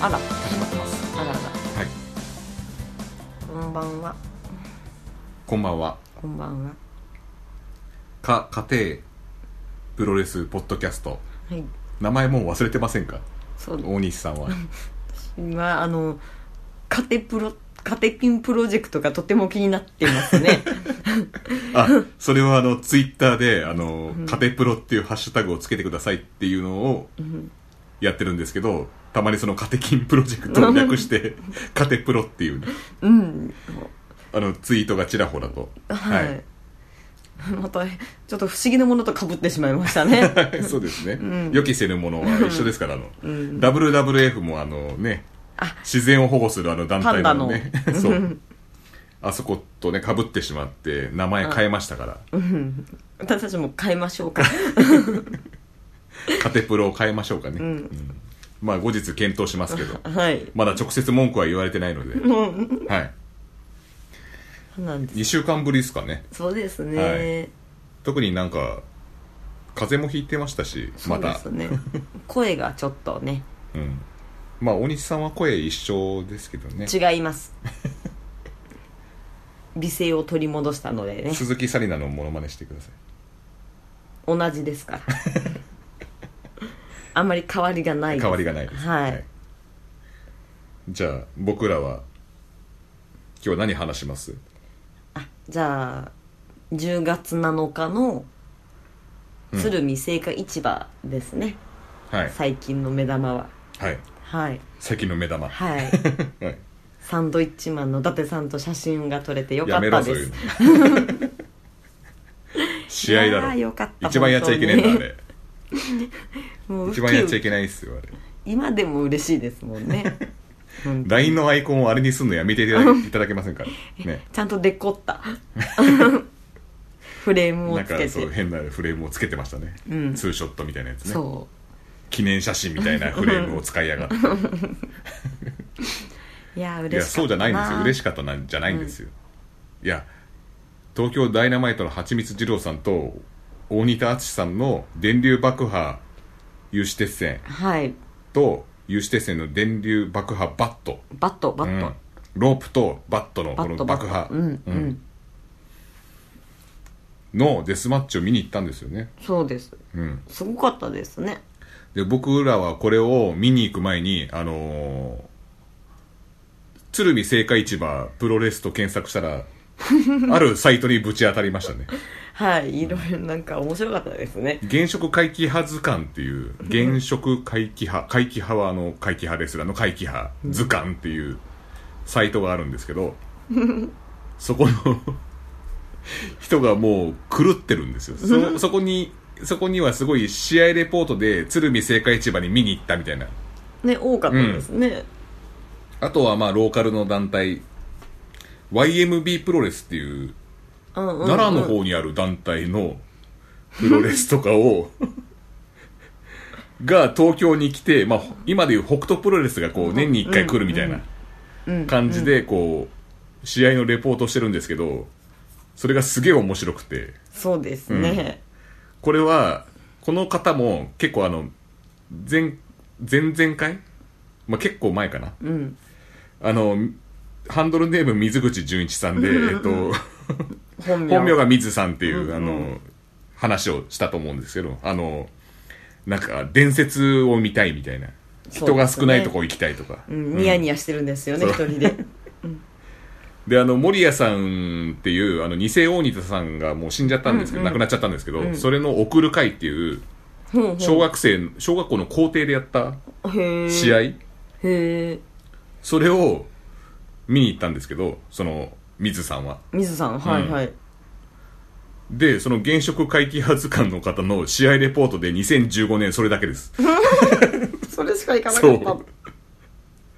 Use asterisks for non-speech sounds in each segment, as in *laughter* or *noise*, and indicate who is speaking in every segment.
Speaker 1: あら
Speaker 2: 始まってます
Speaker 1: あらあら
Speaker 2: はい
Speaker 1: こんばんは
Speaker 2: こんばんは
Speaker 1: こんばんは
Speaker 2: か家庭プロレスポッドキャスト
Speaker 1: はい
Speaker 2: 名前もう忘れてませんか
Speaker 1: そう
Speaker 2: 大西さんは
Speaker 1: 今あのカテプロカテピンプロジェクトがとても気になってますね
Speaker 2: あそれはあのツイッターであの、カテプロっていうハッシュタグをつけてくださいっていうのをやってるんですけどたまにそのカテキンプロジェクトを略してカテプロっていうね
Speaker 1: *laughs* うん
Speaker 2: あのツイートがちらほらと
Speaker 1: はい、またちょっと不思議なものとかぶってしまいました *laughs* ね
Speaker 2: *laughs* そうですね、
Speaker 1: ん
Speaker 2: 予期せぬものは一緒ですからあの、
Speaker 1: ん
Speaker 2: WWF もあのね
Speaker 1: あ
Speaker 2: 自然を保護するあの団体のね
Speaker 1: *laughs* パンダの
Speaker 2: そうあそことねかぶってしまって名前変えましたから、
Speaker 1: うん私たちも変えましょ *laughs* うか
Speaker 2: カテプロを変えましょうかね、うんまあ後日検討します
Speaker 1: *laughs*
Speaker 2: けど
Speaker 1: はい
Speaker 2: まだ直接文句は言われてないので、はい、
Speaker 1: なんです
Speaker 2: 2週間ぶりですかね
Speaker 1: そうですね、
Speaker 2: はい特になんか風邪もひいてましたし
Speaker 1: そ
Speaker 2: ま
Speaker 1: うで
Speaker 2: た
Speaker 1: すね *laughs* 声がちょっとね
Speaker 2: うん、まあ大西さんは声一緒ですけどね
Speaker 1: 違います *laughs* 美声を取り戻したのでね
Speaker 2: 鈴木紗理奈のモノマネしてください
Speaker 1: 同じですから *laughs* あんまり変わりがないです
Speaker 2: 変わりがないです、
Speaker 1: はい、
Speaker 2: じゃあ僕らは今日何話します
Speaker 1: あじゃあ10月7日の鶴見青果市場ですね、
Speaker 2: はい
Speaker 1: 最近の目玉は
Speaker 2: はい
Speaker 1: はい
Speaker 2: 先の目
Speaker 1: *laughs*
Speaker 2: 玉は
Speaker 1: はい
Speaker 2: *laughs* い、
Speaker 1: サンドイッチマンの伊達さんと写真が撮れてよか
Speaker 2: や
Speaker 1: っ
Speaker 2: め
Speaker 1: た
Speaker 2: ろ
Speaker 1: です
Speaker 2: そういうの試合だろ
Speaker 1: いやーよかった
Speaker 2: 一番やっちゃいけないんだあ
Speaker 1: 本当に
Speaker 2: れ
Speaker 1: もうウキウキ
Speaker 2: 一番やっちゃいけないですよあれ
Speaker 1: 今でも嬉しいですもん
Speaker 2: *laughs*
Speaker 1: ね本当
Speaker 2: LINE のアイコンをあれにすんのやめていただけいただけませんかね
Speaker 1: ちゃんとデコった
Speaker 2: *laughs*
Speaker 1: フレームを
Speaker 2: なん
Speaker 1: つ
Speaker 2: か
Speaker 1: けて
Speaker 2: そう変なフレームをつけてましたね、
Speaker 1: うん
Speaker 2: ツーショットみたいなやつね
Speaker 1: そ
Speaker 2: 記念写真みたいなフレームを使いやがって
Speaker 1: ういや
Speaker 2: いや
Speaker 1: 嬉し
Speaker 2: そ
Speaker 1: か
Speaker 2: う
Speaker 1: った
Speaker 2: じゃないんですよ嬉し
Speaker 1: か
Speaker 2: かったなんじゃないんですよ、いや東京ダイナマイトのはちみつ二郎さんと大仁田淳さんの電流爆破有刺鉄線
Speaker 1: はい
Speaker 2: と有刺鉄線の電流爆破バット、
Speaker 1: バットバ
Speaker 2: う
Speaker 1: ット、
Speaker 2: ん、ロープとバットの
Speaker 1: バ
Speaker 2: こ
Speaker 1: ッ
Speaker 2: の
Speaker 1: トバット
Speaker 2: 爆破
Speaker 1: うんうん、
Speaker 2: うんのデスマッチを見に行ったんですよね、
Speaker 1: そうです
Speaker 2: うん、
Speaker 1: すごかったですね
Speaker 2: で僕らはこれを見に行く前にあのー鶴見青果市場プロレスと検索し
Speaker 1: *laughs*
Speaker 2: たらあるサイトにぶち当たりましたね
Speaker 1: はいいろいろなんか面白かったですね
Speaker 2: 現職回帰派図鑑っていう現職回帰派回帰派はあの回帰派レスラーの回帰派図鑑っていうサイトがあるんですけどそこの人がもう狂ってるんですよそそこにそこにはすごい試合レポートで鶴見青果市場に見に行ったみたいな
Speaker 1: ね多かったですね、
Speaker 2: あとはまあローカルの団体 YMB プロレスっていう
Speaker 1: うんうんうん
Speaker 2: 奈良の方にある団体のプロレスとか
Speaker 1: *laughs*
Speaker 2: をが東京に来て、まあ、今でいう北斗プロレスがこう年に1回来るみたいな感じでこう試合のレポートしてるんですけどそれがすげえ面白くて
Speaker 1: そうですね、
Speaker 2: これはこの方も結構あの前前々回、まあ、結構前かな
Speaker 1: うん
Speaker 2: あのハンドルネーム水口純一さん
Speaker 1: *laughs*
Speaker 2: で、えっと
Speaker 1: 本名
Speaker 2: 本名が水さんってい
Speaker 1: う
Speaker 2: う、
Speaker 1: んうん
Speaker 2: あの話をしたと思うんですけどあのなんか伝説を見たいみたいな、
Speaker 1: そうですね
Speaker 2: 人が少ないとこ行きたいとか、
Speaker 1: うん、ニヤニヤしてるんですよね、
Speaker 2: うん
Speaker 1: 一人
Speaker 2: *laughs*
Speaker 1: で
Speaker 2: であの森谷さんっていうあの偽大仁田さんがもう死んじゃったんですけど、亡くなっちゃったんですけど、それの送る会っていう
Speaker 1: ほうほう
Speaker 2: 小学生小学校の校庭でやった
Speaker 1: へえ
Speaker 2: 試合、
Speaker 1: へえ
Speaker 2: それを見に行ったんですけどその水さんは
Speaker 1: 水さんはいはい、
Speaker 2: でその現職会期発官の方の試合レポートで2015年それだけです
Speaker 1: それしかいかな
Speaker 2: そう
Speaker 1: かった *laughs*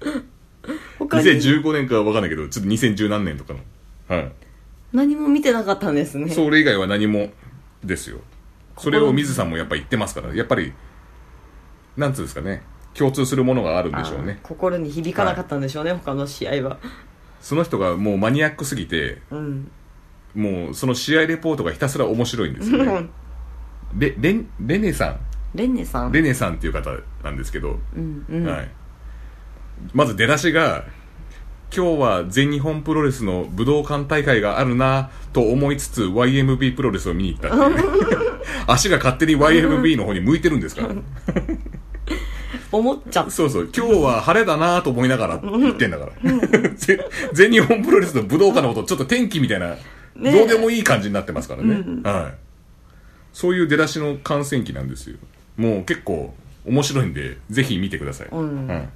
Speaker 1: 他に
Speaker 2: 2015年かは分かんないけどちょっと2010何年とかのはい
Speaker 1: 何も見てなかったんですね
Speaker 2: それ以外は何もですよそれを水さんもやっぱ言ってますからやっぱりなんつうんですかね共通するものがあるんでしょうね
Speaker 1: あー心に響かなかったんでしょうね、他の試合は
Speaker 2: その人がもうマニアックすぎて
Speaker 1: うん、
Speaker 2: もうその試合レポートがひたすら面白いんですよねレレンレネさん
Speaker 1: *laughs* レンネさん
Speaker 2: レネさんっていう方なんですけど、
Speaker 1: うんうん
Speaker 2: はいまず出だしが今日は全日本プロレスの武道館大会があるなと思いつつ YMB プロレスを見に行ったっていう *laughs* 足が勝手に YMB の方に向いてるんですから
Speaker 1: 思っちゃった
Speaker 2: そうそう今日は晴れだなと思いながら言ってんだからぜ *laughs* 全日本プロレスの武道館のことちょっと天気みたいな、
Speaker 1: ね
Speaker 2: どうでもいい感じになってますからね、はい、そういう出だしの観戦記なんですよもう結構面白いんでぜひ見てください、
Speaker 1: ん
Speaker 2: はい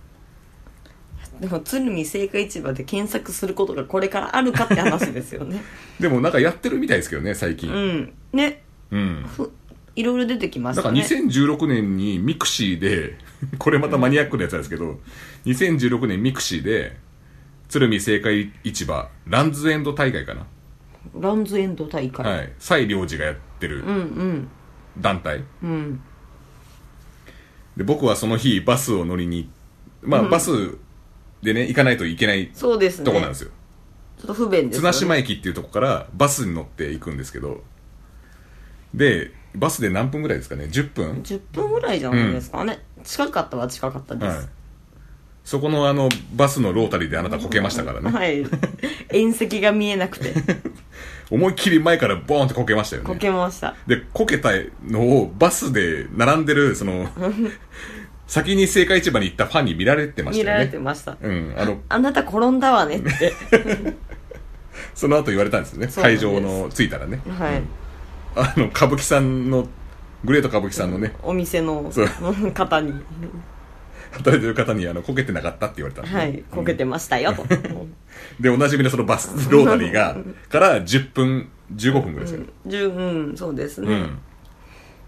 Speaker 1: でも鶴見青果市場で検索することがこれからあるかって話ですよ
Speaker 2: *laughs*
Speaker 1: ね
Speaker 2: でもなんかやってるみたいですけどね最近
Speaker 1: うんね
Speaker 2: うん
Speaker 1: ふいろいろ出てきまし
Speaker 2: なんか
Speaker 1: たね
Speaker 2: 2016年にミクシーで *laughs* これまたマニアックなやつなんですけど2016年ミクシーで鶴見青果市場ランズエンド大会かな
Speaker 1: ランズエンド大会、
Speaker 2: はい蔡良治がやって
Speaker 1: う
Speaker 2: る
Speaker 1: んうん
Speaker 2: 団体、
Speaker 1: うん
Speaker 2: で僕はその日バスを乗りにまあバスでね行かないといけない
Speaker 1: そうですね
Speaker 2: とこなんですよ
Speaker 1: ちょっと不便ですよ
Speaker 2: 綱
Speaker 1: ね
Speaker 2: 島駅っていうとこからバスに乗って行くんですけどでバスで何分ぐらいですかね10分
Speaker 1: 10分ぐらいじゃないですかね、近かったは近かったで
Speaker 2: はい
Speaker 1: す、
Speaker 2: そこのあのバスのロータリーであなたこけましたからね
Speaker 1: はい、 *laughs* 縁石が見えなくて
Speaker 2: 思いっきり前からボーンってこけましたよ
Speaker 1: こ
Speaker 2: ね
Speaker 1: けました
Speaker 2: でこけたのをバスで並んでる
Speaker 1: *laughs*
Speaker 2: その先に青果市場に行ったファンに *laughs* 見られてまし
Speaker 1: 見
Speaker 2: たよ
Speaker 1: ら
Speaker 2: ね
Speaker 1: れてました、
Speaker 2: うんあの
Speaker 1: あなた転んだわねって
Speaker 2: *laughs* その後言われたんですよね
Speaker 1: そうなん
Speaker 2: 会
Speaker 1: です
Speaker 2: 場の着いたらね
Speaker 1: はい、
Speaker 2: あの歌舞伎さんのグレート歌舞伎さんのね
Speaker 1: お店の
Speaker 2: そう
Speaker 1: *laughs* 方に
Speaker 2: 働いてる方にあのこけてなかったって言われたんで、
Speaker 1: はいこけてました
Speaker 2: *laughs*
Speaker 1: よと
Speaker 2: でおなじみのそのバスロータリーがから10分15分ぐらいですかね
Speaker 1: 十うんそうです
Speaker 2: う
Speaker 1: ね、
Speaker 2: ん、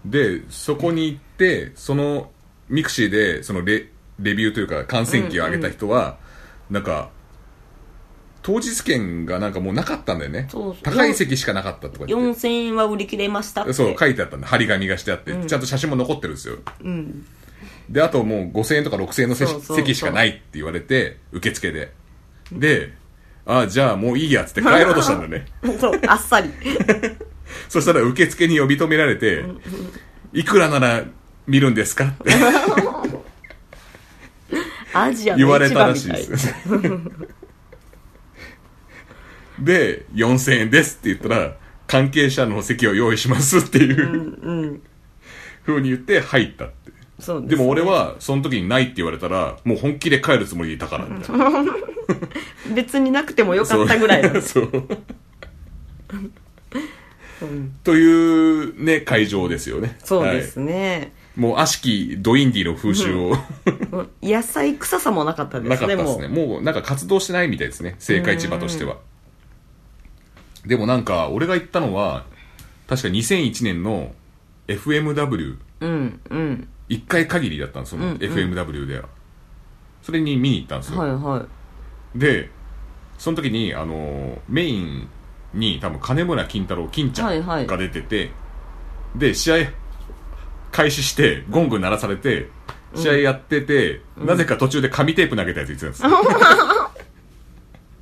Speaker 2: でそこに行ってそのミクシーでそのレレビューというか観戦記を上げた人は、なんか当日券がなんかもうなかったんだよね
Speaker 1: そうそう
Speaker 2: 高い席しかなかったとか言っ
Speaker 1: 4000円は売り切れましたってて
Speaker 2: そう書いてあったんで張り紙がしてあって、ちゃんと写真も残ってるんですよ
Speaker 1: うん
Speaker 2: であともう5000円とか6000円のせ
Speaker 1: そうそう
Speaker 2: 席しかないって言われて受付でであじゃあもういいやっつって帰ろうとしたんだよね
Speaker 1: そうあっさり
Speaker 2: そしたら受付に呼び止められて「いくらなら見るんですか?」って
Speaker 1: アジア
Speaker 2: 言わ
Speaker 1: の
Speaker 2: れ
Speaker 1: 市
Speaker 2: た
Speaker 1: 場
Speaker 2: ら
Speaker 1: み
Speaker 2: しい
Speaker 1: たい
Speaker 2: です *laughs* で4000円ですって言ったら関係者の席を用意しますっていうふうに言って入ったって
Speaker 1: そうです
Speaker 2: でも俺はその時にないって言われたらもう本気で帰るつもりでいたからみたいな
Speaker 1: 別になくてもよかったぐらいの
Speaker 2: そう
Speaker 1: *laughs* うん
Speaker 2: というね会場ですよね
Speaker 1: そうです
Speaker 2: は
Speaker 1: ね、
Speaker 2: い、もう悪しきドインディの風習を、
Speaker 1: うん野菜臭さもなかったですね
Speaker 2: なかったですねもうなんか活動してないみたいですね青果市場としてはでもなんか俺が行ったのは確か2001年の FMW1
Speaker 1: もううんうん
Speaker 2: 回限りだったんですその FMW では、それに見に行ったんですよ、
Speaker 1: はいはい
Speaker 2: でその時にあのーメインに多分金村金太郎金ちゃ
Speaker 1: はいは
Speaker 2: ん
Speaker 1: い
Speaker 2: が出てて、で試合開始してゴング鳴らされて試合やってて、なぜか途中で紙テープ投げたやつ言ってたん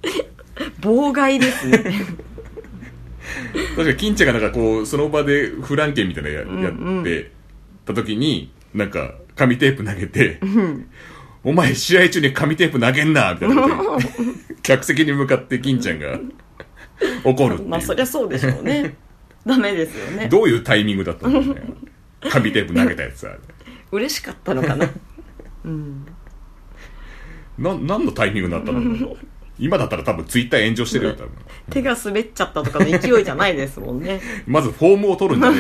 Speaker 2: ですよ
Speaker 1: 妨害です
Speaker 2: *laughs*
Speaker 1: ね
Speaker 2: 確か金ちゃんがなんかこうその場でフランケンみたいなのや,、やってた時になんか紙テープ投
Speaker 1: *laughs*
Speaker 2: げて、お前試合中に紙テープ投げんな」みたいなこ
Speaker 1: *laughs*
Speaker 2: と言って客席に向かって金ちゃんが怒るっていう、
Speaker 1: まあそりゃそうでしょうね
Speaker 2: *laughs*
Speaker 1: ダメですよね
Speaker 2: どういうタイミングだったんだろうね紙テープ投げたやつは
Speaker 1: 嬉しかったのか
Speaker 2: *laughs*
Speaker 1: な
Speaker 2: な何のタイミングだったん
Speaker 1: *laughs*
Speaker 2: だろう今だったら多分ツイッター炎上してるよ多分
Speaker 1: 手が滑っちゃったとかの勢いじゃないですもんね
Speaker 2: まずフォームを取るんじゃね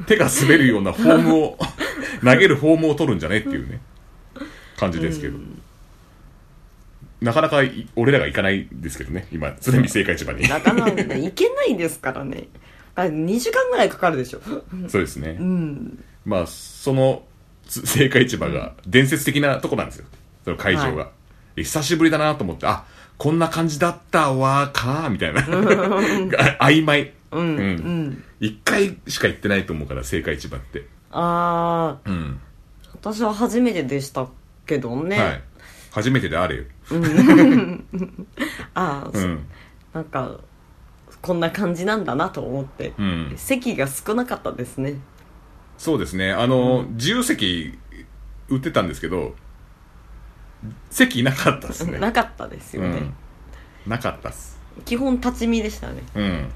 Speaker 2: え手が滑るようなフォー
Speaker 1: *laughs*
Speaker 2: ムを投げるフォームを取るんじゃねえっていうね感じですけど、なかなかい俺らが行かないですけどね今鶴見青果市場に
Speaker 1: なかなかいけないですからねあ2時間ぐらいかかるでしょ
Speaker 2: そうですね、
Speaker 1: うん
Speaker 2: まあそのつ青果市場が伝説的なとこなんですよその会場が、
Speaker 1: は
Speaker 2: で久しぶりだなと思ってあこんな感じだったわーかーみたいな *laughs* が曖昧
Speaker 1: うんう
Speaker 2: うん
Speaker 1: ん
Speaker 2: 一回しか行ってないと思うから青果市場って
Speaker 1: ああ
Speaker 2: うん
Speaker 1: 私は初めてでしたけどね、
Speaker 2: はい初めてであれよ
Speaker 1: ああ、
Speaker 2: うん
Speaker 1: なんかこんな感じなんだなと思って、
Speaker 2: うん
Speaker 1: 席が少なかったですね
Speaker 2: そうですね、あの、自由席売ってたんですけど、席なかったっす
Speaker 1: *laughs*
Speaker 2: ね
Speaker 1: なかったですよね、
Speaker 2: うん、なかったっす
Speaker 1: 基本立ち見でしたね
Speaker 2: うん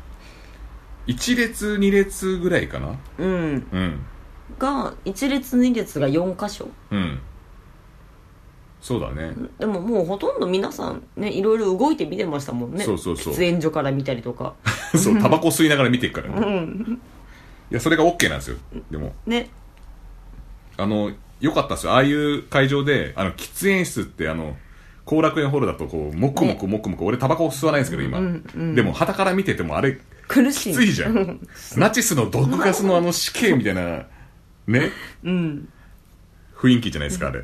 Speaker 2: 1列2列ぐらいかな
Speaker 1: うん
Speaker 2: うん
Speaker 1: が1列2列が4箇所
Speaker 2: うんそう
Speaker 1: *laughs*
Speaker 2: だね
Speaker 1: でももうほとんど皆さんねいろいろ動いて見てましたもんね
Speaker 2: そうそうそう
Speaker 1: 喫煙所から見たりとか
Speaker 2: そうタバコ吸いながら見ていくから
Speaker 1: う
Speaker 2: ね
Speaker 1: ん
Speaker 2: いやそれが OK なんですよでも
Speaker 1: ね
Speaker 2: あのよかったっすよああいう会場であの喫煙室ってあの後楽園ホールだとこうもくもくもくもく俺タバコ吸わないんですけど今、
Speaker 1: うんうん
Speaker 2: でもはたから見ててもあれ
Speaker 1: 苦しい
Speaker 2: きついじゃんナチスの毒ガスのあの死刑みたいなね
Speaker 1: うん
Speaker 2: 雰囲気じゃないですかあれ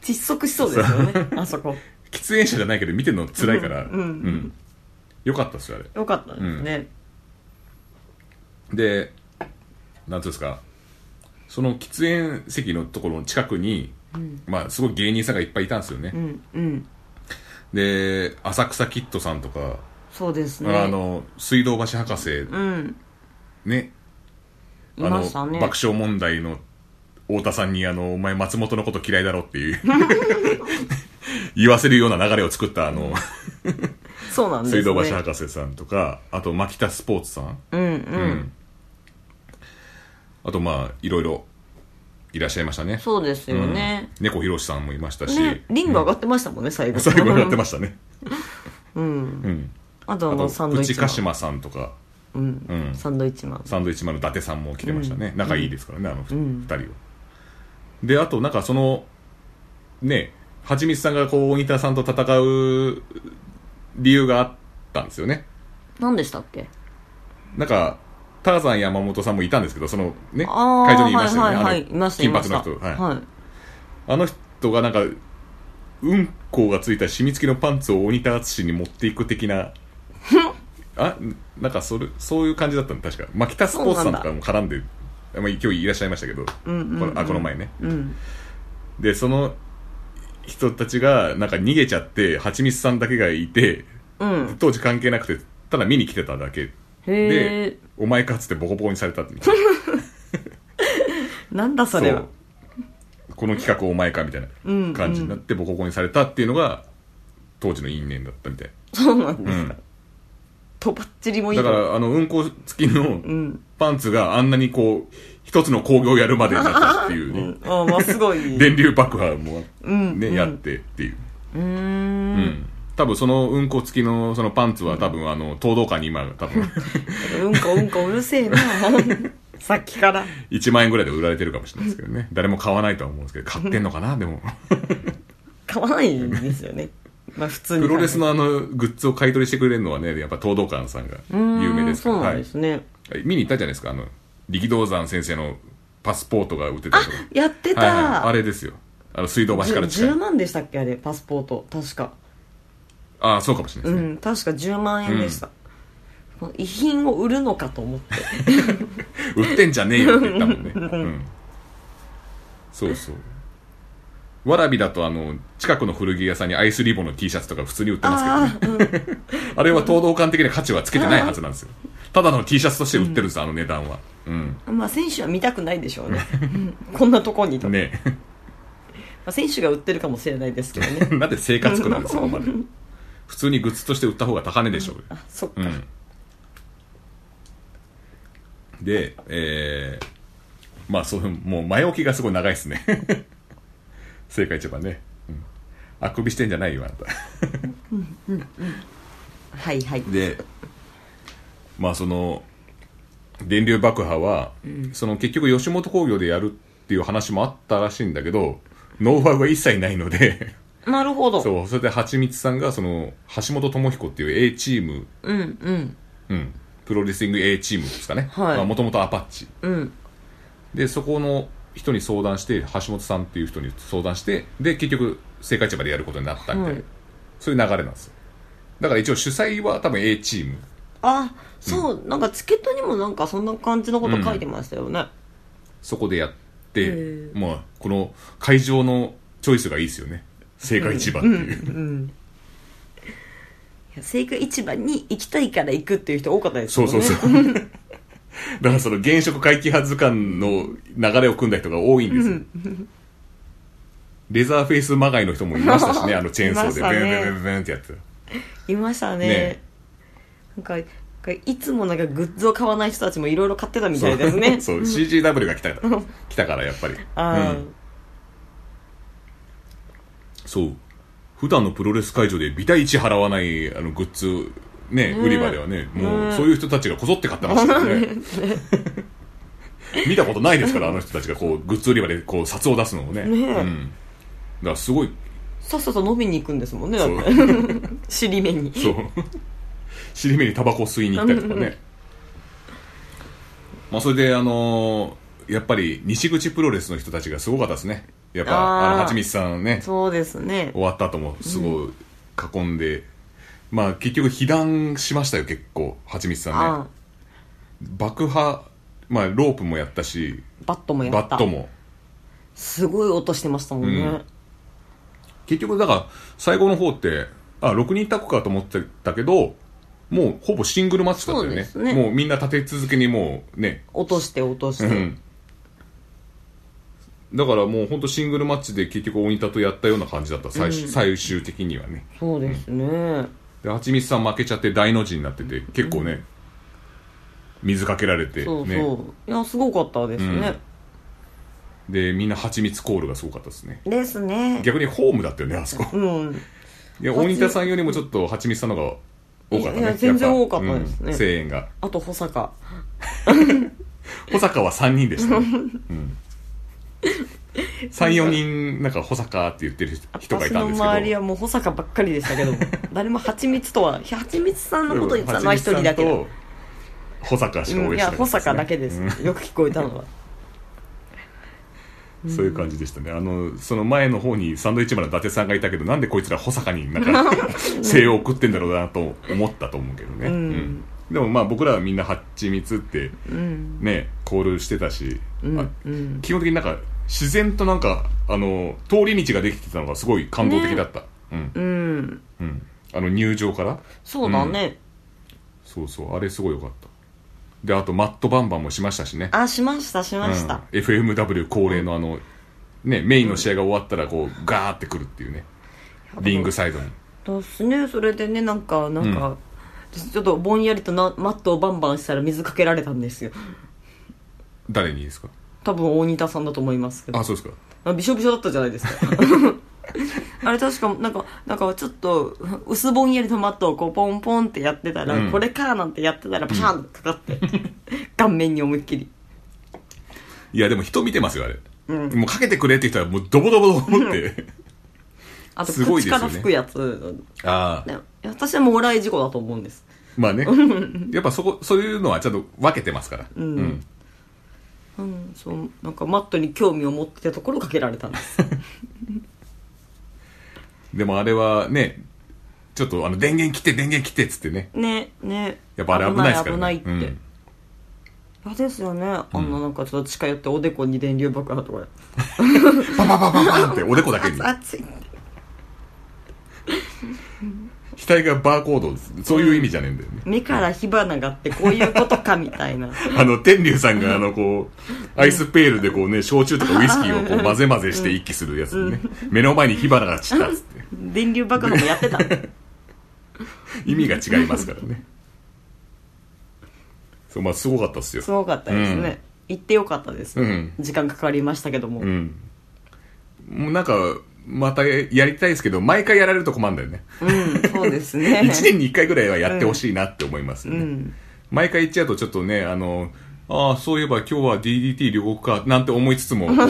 Speaker 1: 窒息しそうですよ
Speaker 2: *laughs*
Speaker 1: ねあそこ
Speaker 2: 喫煙者じゃないけど見てるの辛いから、
Speaker 1: うんうん
Speaker 2: よかったっすよあれ
Speaker 1: よかったですね、
Speaker 2: でなんていうんですかその喫煙席のところの近くに、まあすごい芸人さんがいっぱいいたんですよね、
Speaker 1: うん、うん
Speaker 2: で浅草キッドさんとか、
Speaker 1: そうですね
Speaker 2: あの水道橋博士、
Speaker 1: うん
Speaker 2: ね
Speaker 1: いましたね
Speaker 2: あの爆笑問題の太田さんにあの「お前松本のこと嫌いだろ」っていう *laughs* 言わせるような流れを作ったあの
Speaker 1: そうなんですね
Speaker 2: 水道橋博士さんとかあと牧田スポーツさん
Speaker 1: うんうん、
Speaker 2: うんあとまあいろいろいらっしゃいましたね
Speaker 1: そうですよね、
Speaker 2: うん猫ひろしさんもいましたし、 *laughs*
Speaker 1: ねリング上がってましたもんね、最後
Speaker 2: 最後になってましたね
Speaker 1: うん
Speaker 2: うん
Speaker 1: あとあ
Speaker 2: あ
Speaker 1: の
Speaker 2: と
Speaker 1: サンドイッ
Speaker 2: プチ
Speaker 1: チ
Speaker 2: カ
Speaker 1: マ
Speaker 2: シ
Speaker 1: ン、
Speaker 2: マさんとか
Speaker 1: うん
Speaker 2: うん
Speaker 1: サンドイッチマン
Speaker 2: サンドイッチマンの伊達さんも来てましたね、
Speaker 1: うん
Speaker 2: 仲いいですからねあの
Speaker 1: う
Speaker 2: ふ
Speaker 1: ん
Speaker 2: 二人は、であとなんかそのねはちみつさんがこう鬼田さんと戦う理由があったんですよね
Speaker 1: 何でしたっけ
Speaker 2: なんかターザン山本さんもいたんですけどそのね
Speaker 1: ああ
Speaker 2: 会場にいましたよね、
Speaker 1: はいはいはい
Speaker 2: あ
Speaker 1: い
Speaker 2: の
Speaker 1: ましたい
Speaker 2: 金
Speaker 1: ま
Speaker 2: 髪
Speaker 1: し
Speaker 2: の
Speaker 1: た
Speaker 2: 人はい
Speaker 1: はい
Speaker 2: あの人がなんかうんこがついた染み付きのパンツを鬼田淳に持っていく
Speaker 1: *laughs*
Speaker 2: 的なあなんかそれそういう感じだったの確か牧田スポーツさんとかも絡んでまあ、今日いらっしゃいましたけど、
Speaker 1: うんうんうん
Speaker 2: このあこの前ね
Speaker 1: うん
Speaker 2: でその人たちがなんか逃げちゃってはちみつさんだけがいて
Speaker 1: うん
Speaker 2: 当時関係なくてただ見に来てただけ
Speaker 1: へ
Speaker 2: で
Speaker 1: え
Speaker 2: 「お前か」っつってボコボコにされたみたいな
Speaker 1: なんだそれは
Speaker 2: そうこの企画お前かみたいな感じになってボコボコにされたっていうのが当時の因縁だったみたい
Speaker 1: そうなんで
Speaker 2: う
Speaker 1: す
Speaker 2: ん
Speaker 1: かとばっちりもいい
Speaker 2: だ
Speaker 1: の
Speaker 2: からあのうんこ付きの
Speaker 1: ん
Speaker 2: パンツがあんなにこう一つの工業をやるまでになったってい
Speaker 1: う
Speaker 2: うね
Speaker 1: んあまあすご
Speaker 2: *laughs*
Speaker 1: い
Speaker 2: 電流爆破も
Speaker 1: ん
Speaker 2: ね
Speaker 1: うん
Speaker 2: やってっていう
Speaker 1: うー
Speaker 2: うんん多分そのうんこ付きのそのパンツは多分あの東道館に今
Speaker 1: *laughs*
Speaker 2: 多分
Speaker 1: うんこうんこうる
Speaker 2: *laughs*
Speaker 1: せえなさっきから
Speaker 2: 1万円ぐらいで売られてるかもしれないですけどね誰も買わないとは思うんですけど買ってんのかなでも
Speaker 1: 買わないんですよねまあ普通に
Speaker 2: プロレス
Speaker 1: の
Speaker 2: のあのグッズを買い取りしてくれるのはねやっぱ東道館さんが有名ですか
Speaker 1: そ
Speaker 2: ら
Speaker 1: うなん
Speaker 2: はい
Speaker 1: ですね
Speaker 2: 見に行ったじゃないですかあの力道山先生のパスポートが売ってた
Speaker 1: あ
Speaker 2: とか
Speaker 1: やって
Speaker 2: はいはい、あ
Speaker 1: た
Speaker 2: れですよあの水道橋から近い
Speaker 1: 10万でしたっけあれパスポート確か
Speaker 2: ああそうかもしれないうですね、
Speaker 1: ん確か10万円でした、この遺品を売るのかと思って
Speaker 2: 売ってんじゃねえよって言ったも
Speaker 1: *laughs*
Speaker 2: んね、うん、そうそうわらびだとあの近くの古着屋さんにアイスリボンの T シャツとか普通に売ってますけどね
Speaker 1: ああー、
Speaker 2: あれは東道館的な価値はつけてないはずなんですよただの T シャツとして売ってるんです、あの値段はうん
Speaker 1: うん、まあ選手は見たくないでしょうね、うんこんなとこにと、ま
Speaker 2: ねえ
Speaker 1: あ、選手が売ってるかもしれないですけどね
Speaker 2: *laughs* なんで生活苦なんですかまで普通にグッズとして売った方が高値でしょうよ
Speaker 1: あそっか、
Speaker 2: うん、で、えー、まあそうもう前置きがすごい長いですね *laughs* 正解一番ね、うんあくびしてんじゃないよあなた
Speaker 1: はいはい
Speaker 2: でまあその電流爆破は、その結局吉本興業でやるっていう話もあったらしいんだけどノウハウが一切ないので *laughs*
Speaker 1: なるほどう
Speaker 2: そうそれではちみつさんがその橋本智彦っていう A チーム、
Speaker 1: んうん
Speaker 2: うん、プロレスリング A チームですかね
Speaker 1: はい
Speaker 2: もともとアパッチ
Speaker 1: うん
Speaker 2: でそこの人に相談して橋本さんっていう人に相談してで結局青果市場でやることになったみたいな、
Speaker 1: はい
Speaker 2: そういう流れなんですよだから一応主催は多分 A チーム
Speaker 1: あそう、なんかチケットにもなんかそんな感じのこと書いてましたよね、
Speaker 2: そこでやっ
Speaker 1: へ
Speaker 2: て
Speaker 1: ー
Speaker 2: まあこの会場のチョイスがいいですよね青果市場っていう、
Speaker 1: いや青果市場に行きたいから行くっていう人多かったです
Speaker 2: そ
Speaker 1: よ
Speaker 2: う
Speaker 1: ね
Speaker 2: そ
Speaker 1: *laughs*
Speaker 2: うそうだからその現職会期派図鑑の流れを組んだ人が多いんですよ、レザーフェイスまがいの人もいました
Speaker 1: *laughs*
Speaker 2: しねあのチェーンソーで
Speaker 1: い
Speaker 2: ブ
Speaker 1: ました
Speaker 2: ンブ
Speaker 1: ね
Speaker 2: ンブンブンってやって
Speaker 1: いましたね
Speaker 2: ね
Speaker 1: なんかなんかいつもなんかグッズを買わない人たちもいろいろ買ってたみたいですね *laughs*
Speaker 2: そう *laughs* そう CGW が来たから来たからやっぱり
Speaker 1: あ
Speaker 2: うんそう普段のプロレス会場でビタ1払わないあのグッズね売り場ではねもうそういう人たちがこぞって買ってましたからね
Speaker 1: *laughs*
Speaker 2: 見たことないですからあの人たちがこうグッズ売り場でこう札を出すのもね
Speaker 1: ねえ
Speaker 2: うん、だからすごい
Speaker 1: あさっさと飲みに行くんですもんねだ
Speaker 2: そ
Speaker 1: っ
Speaker 2: う
Speaker 1: て
Speaker 2: *laughs*
Speaker 1: 尻目に
Speaker 2: そう *laughs* 尻目にタバコ吸いに行ったりとかねまあそれであのーやっぱり西口プロレスの人たちがすごかったですねやっ
Speaker 1: あ
Speaker 2: ぱ
Speaker 1: ー
Speaker 2: あのはちみつさんね
Speaker 1: そうですね
Speaker 2: 終わった後もすごい囲んで、まあ結局被弾しましたよ結構はちみつさんね
Speaker 1: あ
Speaker 2: 爆破まあロープもやったし
Speaker 1: バットもやった
Speaker 2: バットも
Speaker 1: すごい音してましたもんね、
Speaker 2: うん結局だから最後の方ってあ6人タッグかと思ってたけどもうほぼシングルマッチだったよね
Speaker 1: そうですね
Speaker 2: もうみんな立て続けにもうね
Speaker 1: 落として落として、
Speaker 2: うんだからもう本当シングルマッチで結局大仁田とやったような感じだった最,、最終的にはね
Speaker 1: そうですね、
Speaker 2: ではちみつさん負けちゃって大の字になってて結構ね、水かけられて、ね、
Speaker 1: そうそう、いやすごかったですね、
Speaker 2: でみんなはちみつコールがすごかったですね
Speaker 1: ですね
Speaker 2: 逆にホームだったよねあそこ
Speaker 1: うん
Speaker 2: いや大仁田さんよりもちょっとはちみつさんの方が多かったね
Speaker 1: いや全然多かったですね
Speaker 2: やぱうん声援が
Speaker 1: あと保坂
Speaker 2: 保坂は3人
Speaker 1: *laughs*
Speaker 2: でしたね、うん、34人なんか保坂って言ってる人がい
Speaker 1: 私
Speaker 2: た
Speaker 1: の
Speaker 2: んですけど
Speaker 1: 周りはもう保坂ばっかりでした
Speaker 2: *laughs*
Speaker 1: けど誰も蜂蜜とは蜂蜜さんのこと言ってたのは一人だけだ
Speaker 2: うん保坂しか
Speaker 1: う
Speaker 2: 応
Speaker 1: んい
Speaker 2: 援してなか
Speaker 1: や
Speaker 2: った
Speaker 1: 保坂だけです、よく聞こえたのは
Speaker 2: うんそういう感じでしたねあのその前の方にサンドイッチマンの伊達さんがいたけどなんでこいつら保坂になんか *laughs* 声援を送ってんだろうなと思ったと思うけどね、
Speaker 1: うん
Speaker 2: でもまあ僕らはみんな「はちみつ」って
Speaker 1: うん
Speaker 2: ねコールしてたし、
Speaker 1: うん
Speaker 2: あ
Speaker 1: うん
Speaker 2: 基本的になんか自然となんかあの通り道ができてたのがすごい感動的だった、うん
Speaker 1: うん
Speaker 2: うんあの入場から
Speaker 1: そうだね、
Speaker 2: そうそうあれすごい良かったであとマットバンバンもしましたしね
Speaker 1: あしましたしました、
Speaker 2: うん FMW 恒例のあの、ね、メインの試合が終わったらこうガーってくるっていうねリングサイドに
Speaker 1: ですねそれでねなんかなんか、ちょっとぼんやりとなマットをバンバンしたら水かけられたんですよ
Speaker 2: 誰にですか
Speaker 1: 多分大仁田さんだと思いますけど
Speaker 2: あそうですか
Speaker 1: あびしょびしょだったじゃない
Speaker 2: *laughs*
Speaker 1: ですかあれ確かなんかなんかちょっと薄ぼんやりのマットをこうポンポンってやってたら、
Speaker 2: うん
Speaker 1: これからなんてやってたらパシャンってかかって、顔面に思いっきり
Speaker 2: いやでも人見てますよあれ、
Speaker 1: うん
Speaker 2: もうかけてくれって人はもうドボドボドボって
Speaker 1: あと
Speaker 2: すごい
Speaker 1: 口
Speaker 2: ですよ
Speaker 1: か
Speaker 2: ね
Speaker 1: ら吹くやつ、
Speaker 2: *laughs* ああ
Speaker 1: ね私はもう来事故だと思うんです
Speaker 2: まあねやっぱそこそういうのはちゃんと分けてますから
Speaker 1: ん
Speaker 2: うん
Speaker 1: うんそうなんかマットに興味を持ってたところかけられたんです
Speaker 2: でもあれはねちょっとあの電源切って電源切ってっつってね
Speaker 1: ねね
Speaker 2: やっぱあれ危ないですから、ね、
Speaker 1: 危ない危ないって、
Speaker 2: うん
Speaker 1: あですよねあんななんかちょっと近寄っておでこに電流爆破とか
Speaker 2: パパパパパンっておでこだ
Speaker 1: *laughs*
Speaker 2: けに
Speaker 1: 熱い
Speaker 2: 額がバーコードそういう意味じゃねえんだよね、
Speaker 1: 目から火花があってこういうことかみたい
Speaker 2: *laughs*
Speaker 1: な
Speaker 2: あの天竜さんがあのこうアイスペールでこうね焼酎とかウイスキーを
Speaker 1: *laughs*
Speaker 2: こう混ぜ混ぜして一気するやつね目の前に火花が散ったっつって
Speaker 1: 電流爆破もやってた
Speaker 2: 意味が違いますからねそうまあすごかったっすよ
Speaker 1: すごかったですね、行ってよかったです、
Speaker 2: うん
Speaker 1: 時間かかりましたけども、
Speaker 2: うんもうなんかまたやりたいですけど毎回やられると困るんだよね
Speaker 1: うん、そうですね
Speaker 2: *laughs* 1年に1回ぐらいはやってほしいなって思いますよね、
Speaker 1: うん
Speaker 2: 毎回言っちゃうとちょっとねあのああそういえば今日は DDT 両国かなんて思いつつ
Speaker 1: *laughs*
Speaker 2: もこう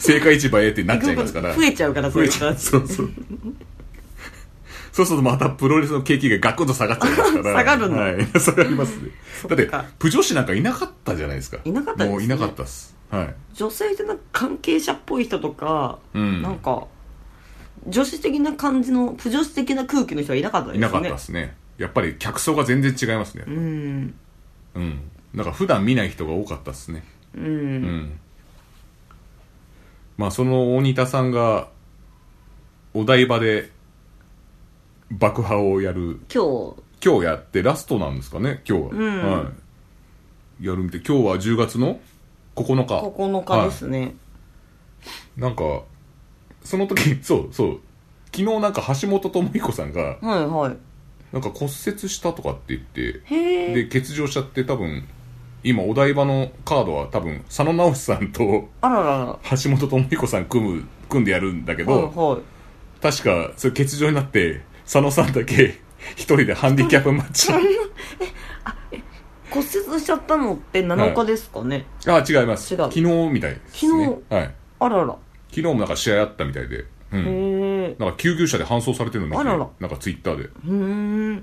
Speaker 2: 正解市場へってなっちゃいますから
Speaker 1: 増えちゃうから
Speaker 2: 増えちゃう
Speaker 1: う
Speaker 2: そうそうそうするとまたプロレスの景気がガクンと下がっちゃいますから
Speaker 1: 下がるんだ
Speaker 2: はい、 *laughs* 下がりますねだ
Speaker 1: っか
Speaker 2: ってプジョ氏なんかいなかったじゃないですか
Speaker 1: いなかったですね
Speaker 2: もういなかったっすはい
Speaker 1: 女性ってなんか関係者っぽい人とか、
Speaker 2: うん
Speaker 1: なんか女子的な感じの不女子的な空気の人はいなかったです
Speaker 2: い
Speaker 1: ね
Speaker 2: なかったっすねやっぱり客層が全然違いますね
Speaker 1: うん
Speaker 2: うんなんか普段見ない人が多かったっすね
Speaker 1: うん、
Speaker 2: うんまあその大仁田さんがお台場で爆破をやる
Speaker 1: 今日
Speaker 2: 今日やってラストなんですかね今日は、
Speaker 1: ん
Speaker 2: はい、やるみたい今日は10月の9日
Speaker 1: 9日ですね、
Speaker 2: はいなんかその時 *laughs* そうそう昨日なんか橋本智彦さんが
Speaker 1: はいはい
Speaker 2: なんか骨折したとかって言って
Speaker 1: へえ
Speaker 2: で欠場しちゃって多分今お台場のカードは多分佐野直さんと *laughs*
Speaker 1: あららら
Speaker 2: 橋本智彦さん組む組んでやるんだけど、
Speaker 1: はいはい
Speaker 2: 確かそれ欠場になって佐野さんだけ一人でハンディキャップマッ
Speaker 1: *laughs*
Speaker 2: チ
Speaker 1: 骨折しちゃったのって7日ですかね、
Speaker 2: あ違います
Speaker 1: 違う
Speaker 2: 昨日みたいですね
Speaker 1: 昨
Speaker 2: 日、はい、
Speaker 1: あらら
Speaker 2: 昨日もなんか試合あったみたいで、うん
Speaker 1: へえ
Speaker 2: なんか救急車で搬送されてるの
Speaker 1: あ
Speaker 2: 見て
Speaker 1: らら
Speaker 2: なんかツイッターで
Speaker 1: うーん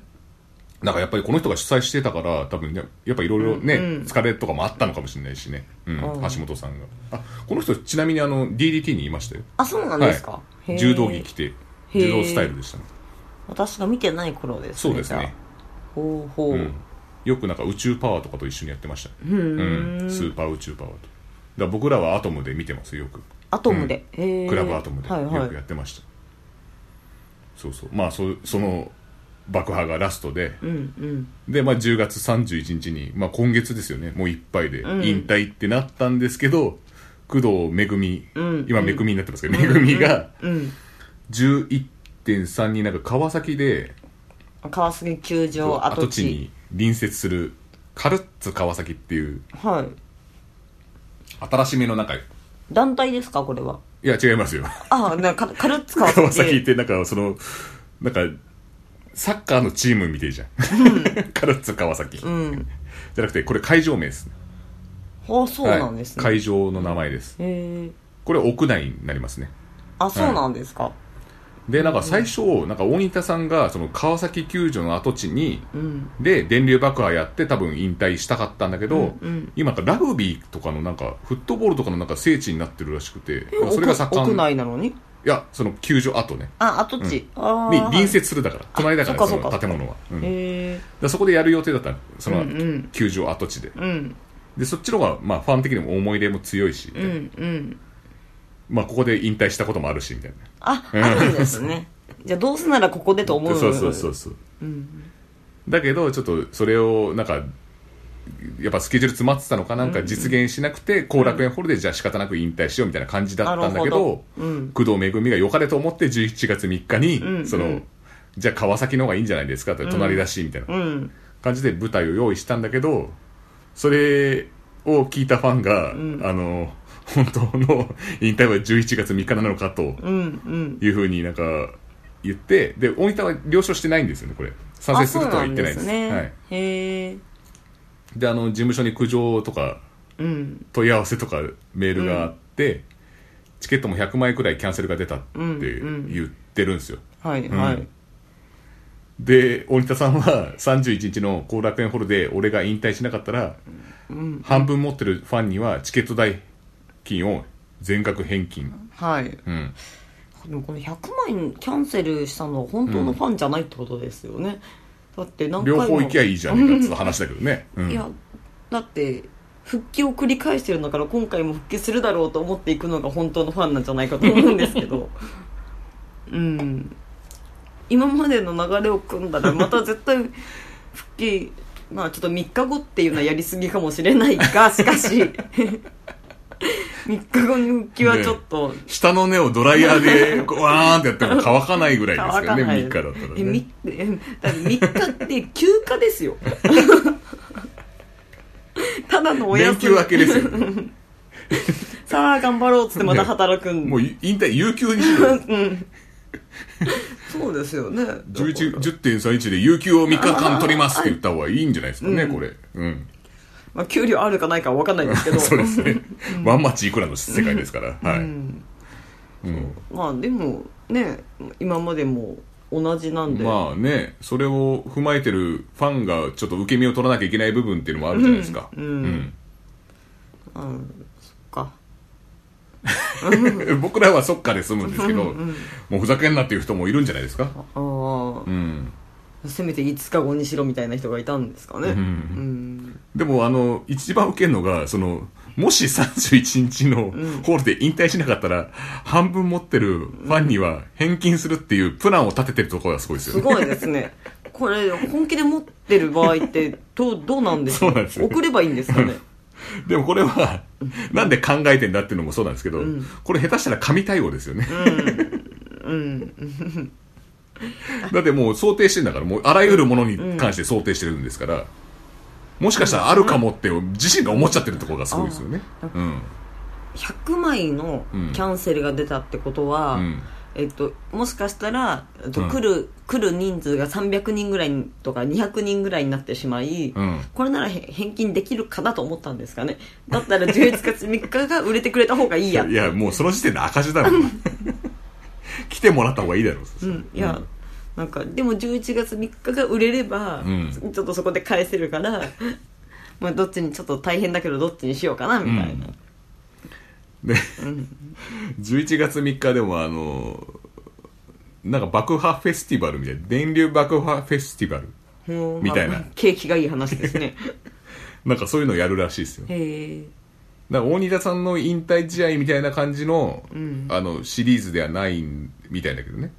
Speaker 2: なんかやっぱりこの人が主催してたから多分ねやっぱいろいろね、
Speaker 1: うんうん
Speaker 2: 疲れとかもあったのかもしれないしね、うん、
Speaker 1: うん
Speaker 2: 橋本さんがあこの人ちなみにあの DDT にいましたよ
Speaker 1: あそうなんですか、へえ
Speaker 2: 柔道着着て
Speaker 1: へえ
Speaker 2: 柔道スタイルでしたね
Speaker 1: 私が見てない頃ですね
Speaker 2: そうです
Speaker 1: じゃ
Speaker 2: ね
Speaker 1: あ、ほうほう、
Speaker 2: うん、よくなんか宇宙パワーとかと一緒にやってましたね
Speaker 1: う
Speaker 2: うん
Speaker 1: ん、
Speaker 2: スーパー宇宙パワーとだから僕らはアトムで見てますよよく
Speaker 1: アトムで、へえ
Speaker 2: クラブアトムで
Speaker 1: はいは
Speaker 2: よ
Speaker 1: い
Speaker 2: くやってました、そうそうまあそその爆破がラストで
Speaker 1: うんうん
Speaker 2: で、まあ、10月31日に、まあ、今月ですよねもういっぱいで
Speaker 1: うん
Speaker 2: 引退ってなったんですけど、工藤めぐみ、
Speaker 1: うん
Speaker 2: 今めぐみになってますけど、めぐみが
Speaker 1: うん
Speaker 2: 11.3になんか川崎で
Speaker 1: 川崎球場跡
Speaker 2: 跡
Speaker 1: 地
Speaker 2: 地に隣接するカルッツ川崎っていう
Speaker 1: はい
Speaker 2: 新しめのなんかい
Speaker 1: 団体ですかこれは
Speaker 2: や違いますよ
Speaker 1: ああかカルッツ川崎
Speaker 2: 川崎ってなんかそのなんかサッカーのチームみたいじゃん、カルッツ川崎、
Speaker 1: うん
Speaker 2: じゃなくてこれ会場名です
Speaker 1: あそうなんですね、
Speaker 2: はい、会場の名前です
Speaker 1: へえ
Speaker 2: これ屋内になりますね
Speaker 1: あそうなんですか、
Speaker 2: でなんか最初なんか大仁田さんがその川崎球場の跡地に
Speaker 1: うん
Speaker 2: で電流爆破やって多分引退したかったんだけど、
Speaker 1: うんうん
Speaker 2: 今なんかラグビーとかのなんかフットボールとかのなんか聖地になってるらしくて
Speaker 1: 屋
Speaker 2: それが盛
Speaker 1: 屋
Speaker 2: んい
Speaker 1: 内なのに
Speaker 2: やその球場跡ね
Speaker 1: あ跡地、ああ
Speaker 2: に隣接するだから隣だか
Speaker 1: そ
Speaker 2: ら
Speaker 1: っか
Speaker 2: そ
Speaker 1: そっか
Speaker 2: の建物は、うん
Speaker 1: へえ
Speaker 2: だからそこでやる予定だったのその
Speaker 1: うんうん
Speaker 2: 球場跡地で
Speaker 1: うん
Speaker 2: でそっちの方がまあファン的にも思い入れも強いし、
Speaker 1: うんうん
Speaker 2: まあ、ここで引退したこともあるしみたいな
Speaker 1: ああるんですね *laughs* じゃあどうせならここでと思う
Speaker 2: そうそうそうそう、だけどちょっとそれをなんかやっぱスケジュール詰まってたのかなんか実現しなくて後楽園ホールでじゃあ仕方なく引退しようみたいな感じだったんだけ
Speaker 1: なる
Speaker 2: ど
Speaker 1: ほどうん
Speaker 2: 工藤めぐみが良かれと思って11月3日に、
Speaker 1: んうん
Speaker 2: そのじゃあ川崎の方がいいんじゃないですかって隣だしみたいな
Speaker 1: うん
Speaker 2: 感じで舞台を用意したんだけどそれを聞いたファンが、あの本当の引退は11月3日なのかと
Speaker 1: うんうん
Speaker 2: いうふうになんか言ってで大仁田は了承してないんですよねこれ賛成
Speaker 1: あ
Speaker 2: す
Speaker 1: そ
Speaker 2: る
Speaker 1: う
Speaker 2: とは
Speaker 1: な
Speaker 2: 言
Speaker 1: んで
Speaker 2: ってないですす
Speaker 1: ね
Speaker 2: はい、
Speaker 1: へえ
Speaker 2: であの事務所に苦情とか
Speaker 1: うん
Speaker 2: 問い合わせとかメールがあって、チケットも100枚くらいキャンセルが出たって
Speaker 1: うん
Speaker 2: 言ってるんですよ、
Speaker 1: はいはい、
Speaker 2: うんで大仁田さんは31日の後楽園ホールで俺が引退しなかったら、半分持ってるファンにはチケット代金を全額返金、
Speaker 1: はい
Speaker 2: うん、
Speaker 1: でもこの100万円キャンセルしたのは本当のファンじゃないってことですよね、だって何回
Speaker 2: 両
Speaker 1: も
Speaker 2: 方行きゃいいじゃねえかって話だけどね、うん
Speaker 1: いやだって復帰を繰り返してるんだから今回も復帰するだろうと思っていくのが本当のファンなんじゃないかと思うんですけ
Speaker 2: *laughs*
Speaker 1: どうん今までの流れを組んだらまた絶対復帰まあちょっと3日後っていうのはやりすぎかもしれないがしかし3日後に復帰はちょっと、
Speaker 2: 下の根をドライヤーでこうわーんってやっても乾かないぐらいです
Speaker 1: 乾
Speaker 2: よ
Speaker 1: か
Speaker 2: ね
Speaker 1: な
Speaker 2: 3
Speaker 1: い
Speaker 2: 日だったら
Speaker 1: え
Speaker 2: ね
Speaker 1: みえだって3日って休暇です
Speaker 2: *laughs*
Speaker 1: よただのお
Speaker 2: 連
Speaker 1: 休
Speaker 2: 休
Speaker 1: み
Speaker 2: 明けですよね
Speaker 1: さあ頑張ろうっつってまた働くん
Speaker 2: も
Speaker 1: で、
Speaker 2: うい引退有給にしろよ
Speaker 1: そうですよね
Speaker 2: 11 10.31で有給を3日間取りますって言った方がいいんじゃないですかね、
Speaker 1: うん
Speaker 2: これうん
Speaker 1: まあ、給料あるかないかは分かんないんですけど
Speaker 2: *laughs* そうですねワンマッチいくらの世界ですから、はい、うん
Speaker 1: まあでもね今までも同じなんで、
Speaker 2: まあねそれを踏まえてるファンがちょっと受け身を取らなきゃいけない部分っていうのもあるじゃないですか、
Speaker 1: うんうんそっか
Speaker 2: うん *laughs* 僕らはそっかで済むんですけど、もうふざけんなっていう人もいるんじゃないですか
Speaker 1: ああ、
Speaker 2: うん
Speaker 1: せめて5日後にしろみたいな人がいたんですかね
Speaker 2: ん
Speaker 1: うん、
Speaker 2: でもあの一番受けるのがそのもし31日のホールで引退しなかったら、半分持ってるファンには返金するっていうプランを立ててるところがすごいですよ
Speaker 1: す
Speaker 2: ね
Speaker 1: ごいですね *laughs* これ本気で持ってる場合ってどうどうなんでしょ
Speaker 2: そうなんですよ
Speaker 1: 送ればいいんですかね
Speaker 2: でもこれはなんで考えてんだっていうのもそうなんですけど、
Speaker 1: ん
Speaker 2: これ下手したら神対応ですよね。
Speaker 1: うん
Speaker 2: だってもう想定してんだから、もうあらゆるものに関して想定してるんですから、もしかしたらあるかもって自身が思っちゃってるところがすごいですよね。うん。
Speaker 1: 100枚のキャンセルが出たってことは、
Speaker 2: うん。
Speaker 1: えっと、もしかしたら、えっと
Speaker 2: うん
Speaker 1: 来る来る人数が300人ぐらいにとか200人ぐらいになってしまい、
Speaker 2: うん
Speaker 1: これならへ返金できるかなと思ったんですかねだったら11月3日が売れてくれた方がいい
Speaker 2: い
Speaker 1: や
Speaker 2: *laughs* や、いやもうその時点で赤
Speaker 1: *laughs*
Speaker 2: 字だろ。来てもらった方がいいだろう。
Speaker 1: うん、いや、なんかでも11月3日が売れれば、
Speaker 2: うん
Speaker 1: ちょっとそこで返せるから *laughs* まあどっちにちょっと大変だけどどっちにしようかなみたいな、
Speaker 2: で、11月3日でもあの、なんか爆破フェスティバルみたいな、電流爆破フェスティバル。
Speaker 1: もう
Speaker 2: みたいな
Speaker 1: まあ景気がいい話ですね
Speaker 2: なんかそういうのやるらしいですよ。
Speaker 1: へえ
Speaker 2: *laughs* だから大仁田さんの引退試合みたいな感じの、
Speaker 1: ん
Speaker 2: あの、シリーズではないみたいだけどね。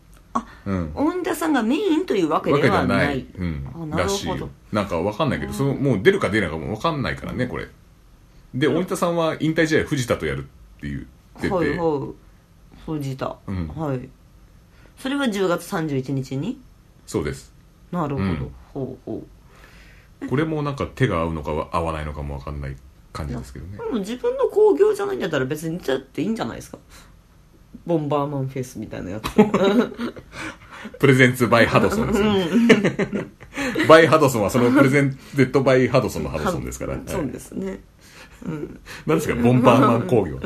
Speaker 2: うん。
Speaker 1: 大仁田さんがメインというわけ
Speaker 2: わ
Speaker 1: で
Speaker 2: けで
Speaker 1: は
Speaker 2: は
Speaker 1: ない
Speaker 2: ない。う
Speaker 1: あ
Speaker 2: ん。
Speaker 1: な
Speaker 2: ら
Speaker 1: る
Speaker 2: しい
Speaker 1: ほ
Speaker 2: よ
Speaker 1: ど。
Speaker 2: なんかわかんないけど、その、もう出るか出ないかもわかんないからね、これ。で、大仁田さんは引退試合藤田とやるって言ってて。
Speaker 1: はいはい藤田、
Speaker 2: うん
Speaker 1: はいそれは10月31日に
Speaker 2: そうです。
Speaker 1: なるほど、
Speaker 2: うん
Speaker 1: ほうほ
Speaker 2: これもなんか手が合うのかは合わないのかもわかんない感じですけどね
Speaker 1: う。でも自分の興行じゃないんだったら別に出たっていいんじゃないですかボンバーマンフェイスみたいな
Speaker 2: *laughs*
Speaker 1: やつ
Speaker 2: プレゼンツバイハドソンですよね。バイハドソンはそのプレゼンテッドバイハドソンのハドソンですから。
Speaker 1: そ
Speaker 2: は
Speaker 1: う
Speaker 2: い
Speaker 1: ですね
Speaker 2: なんですか、ボンバーマン工業。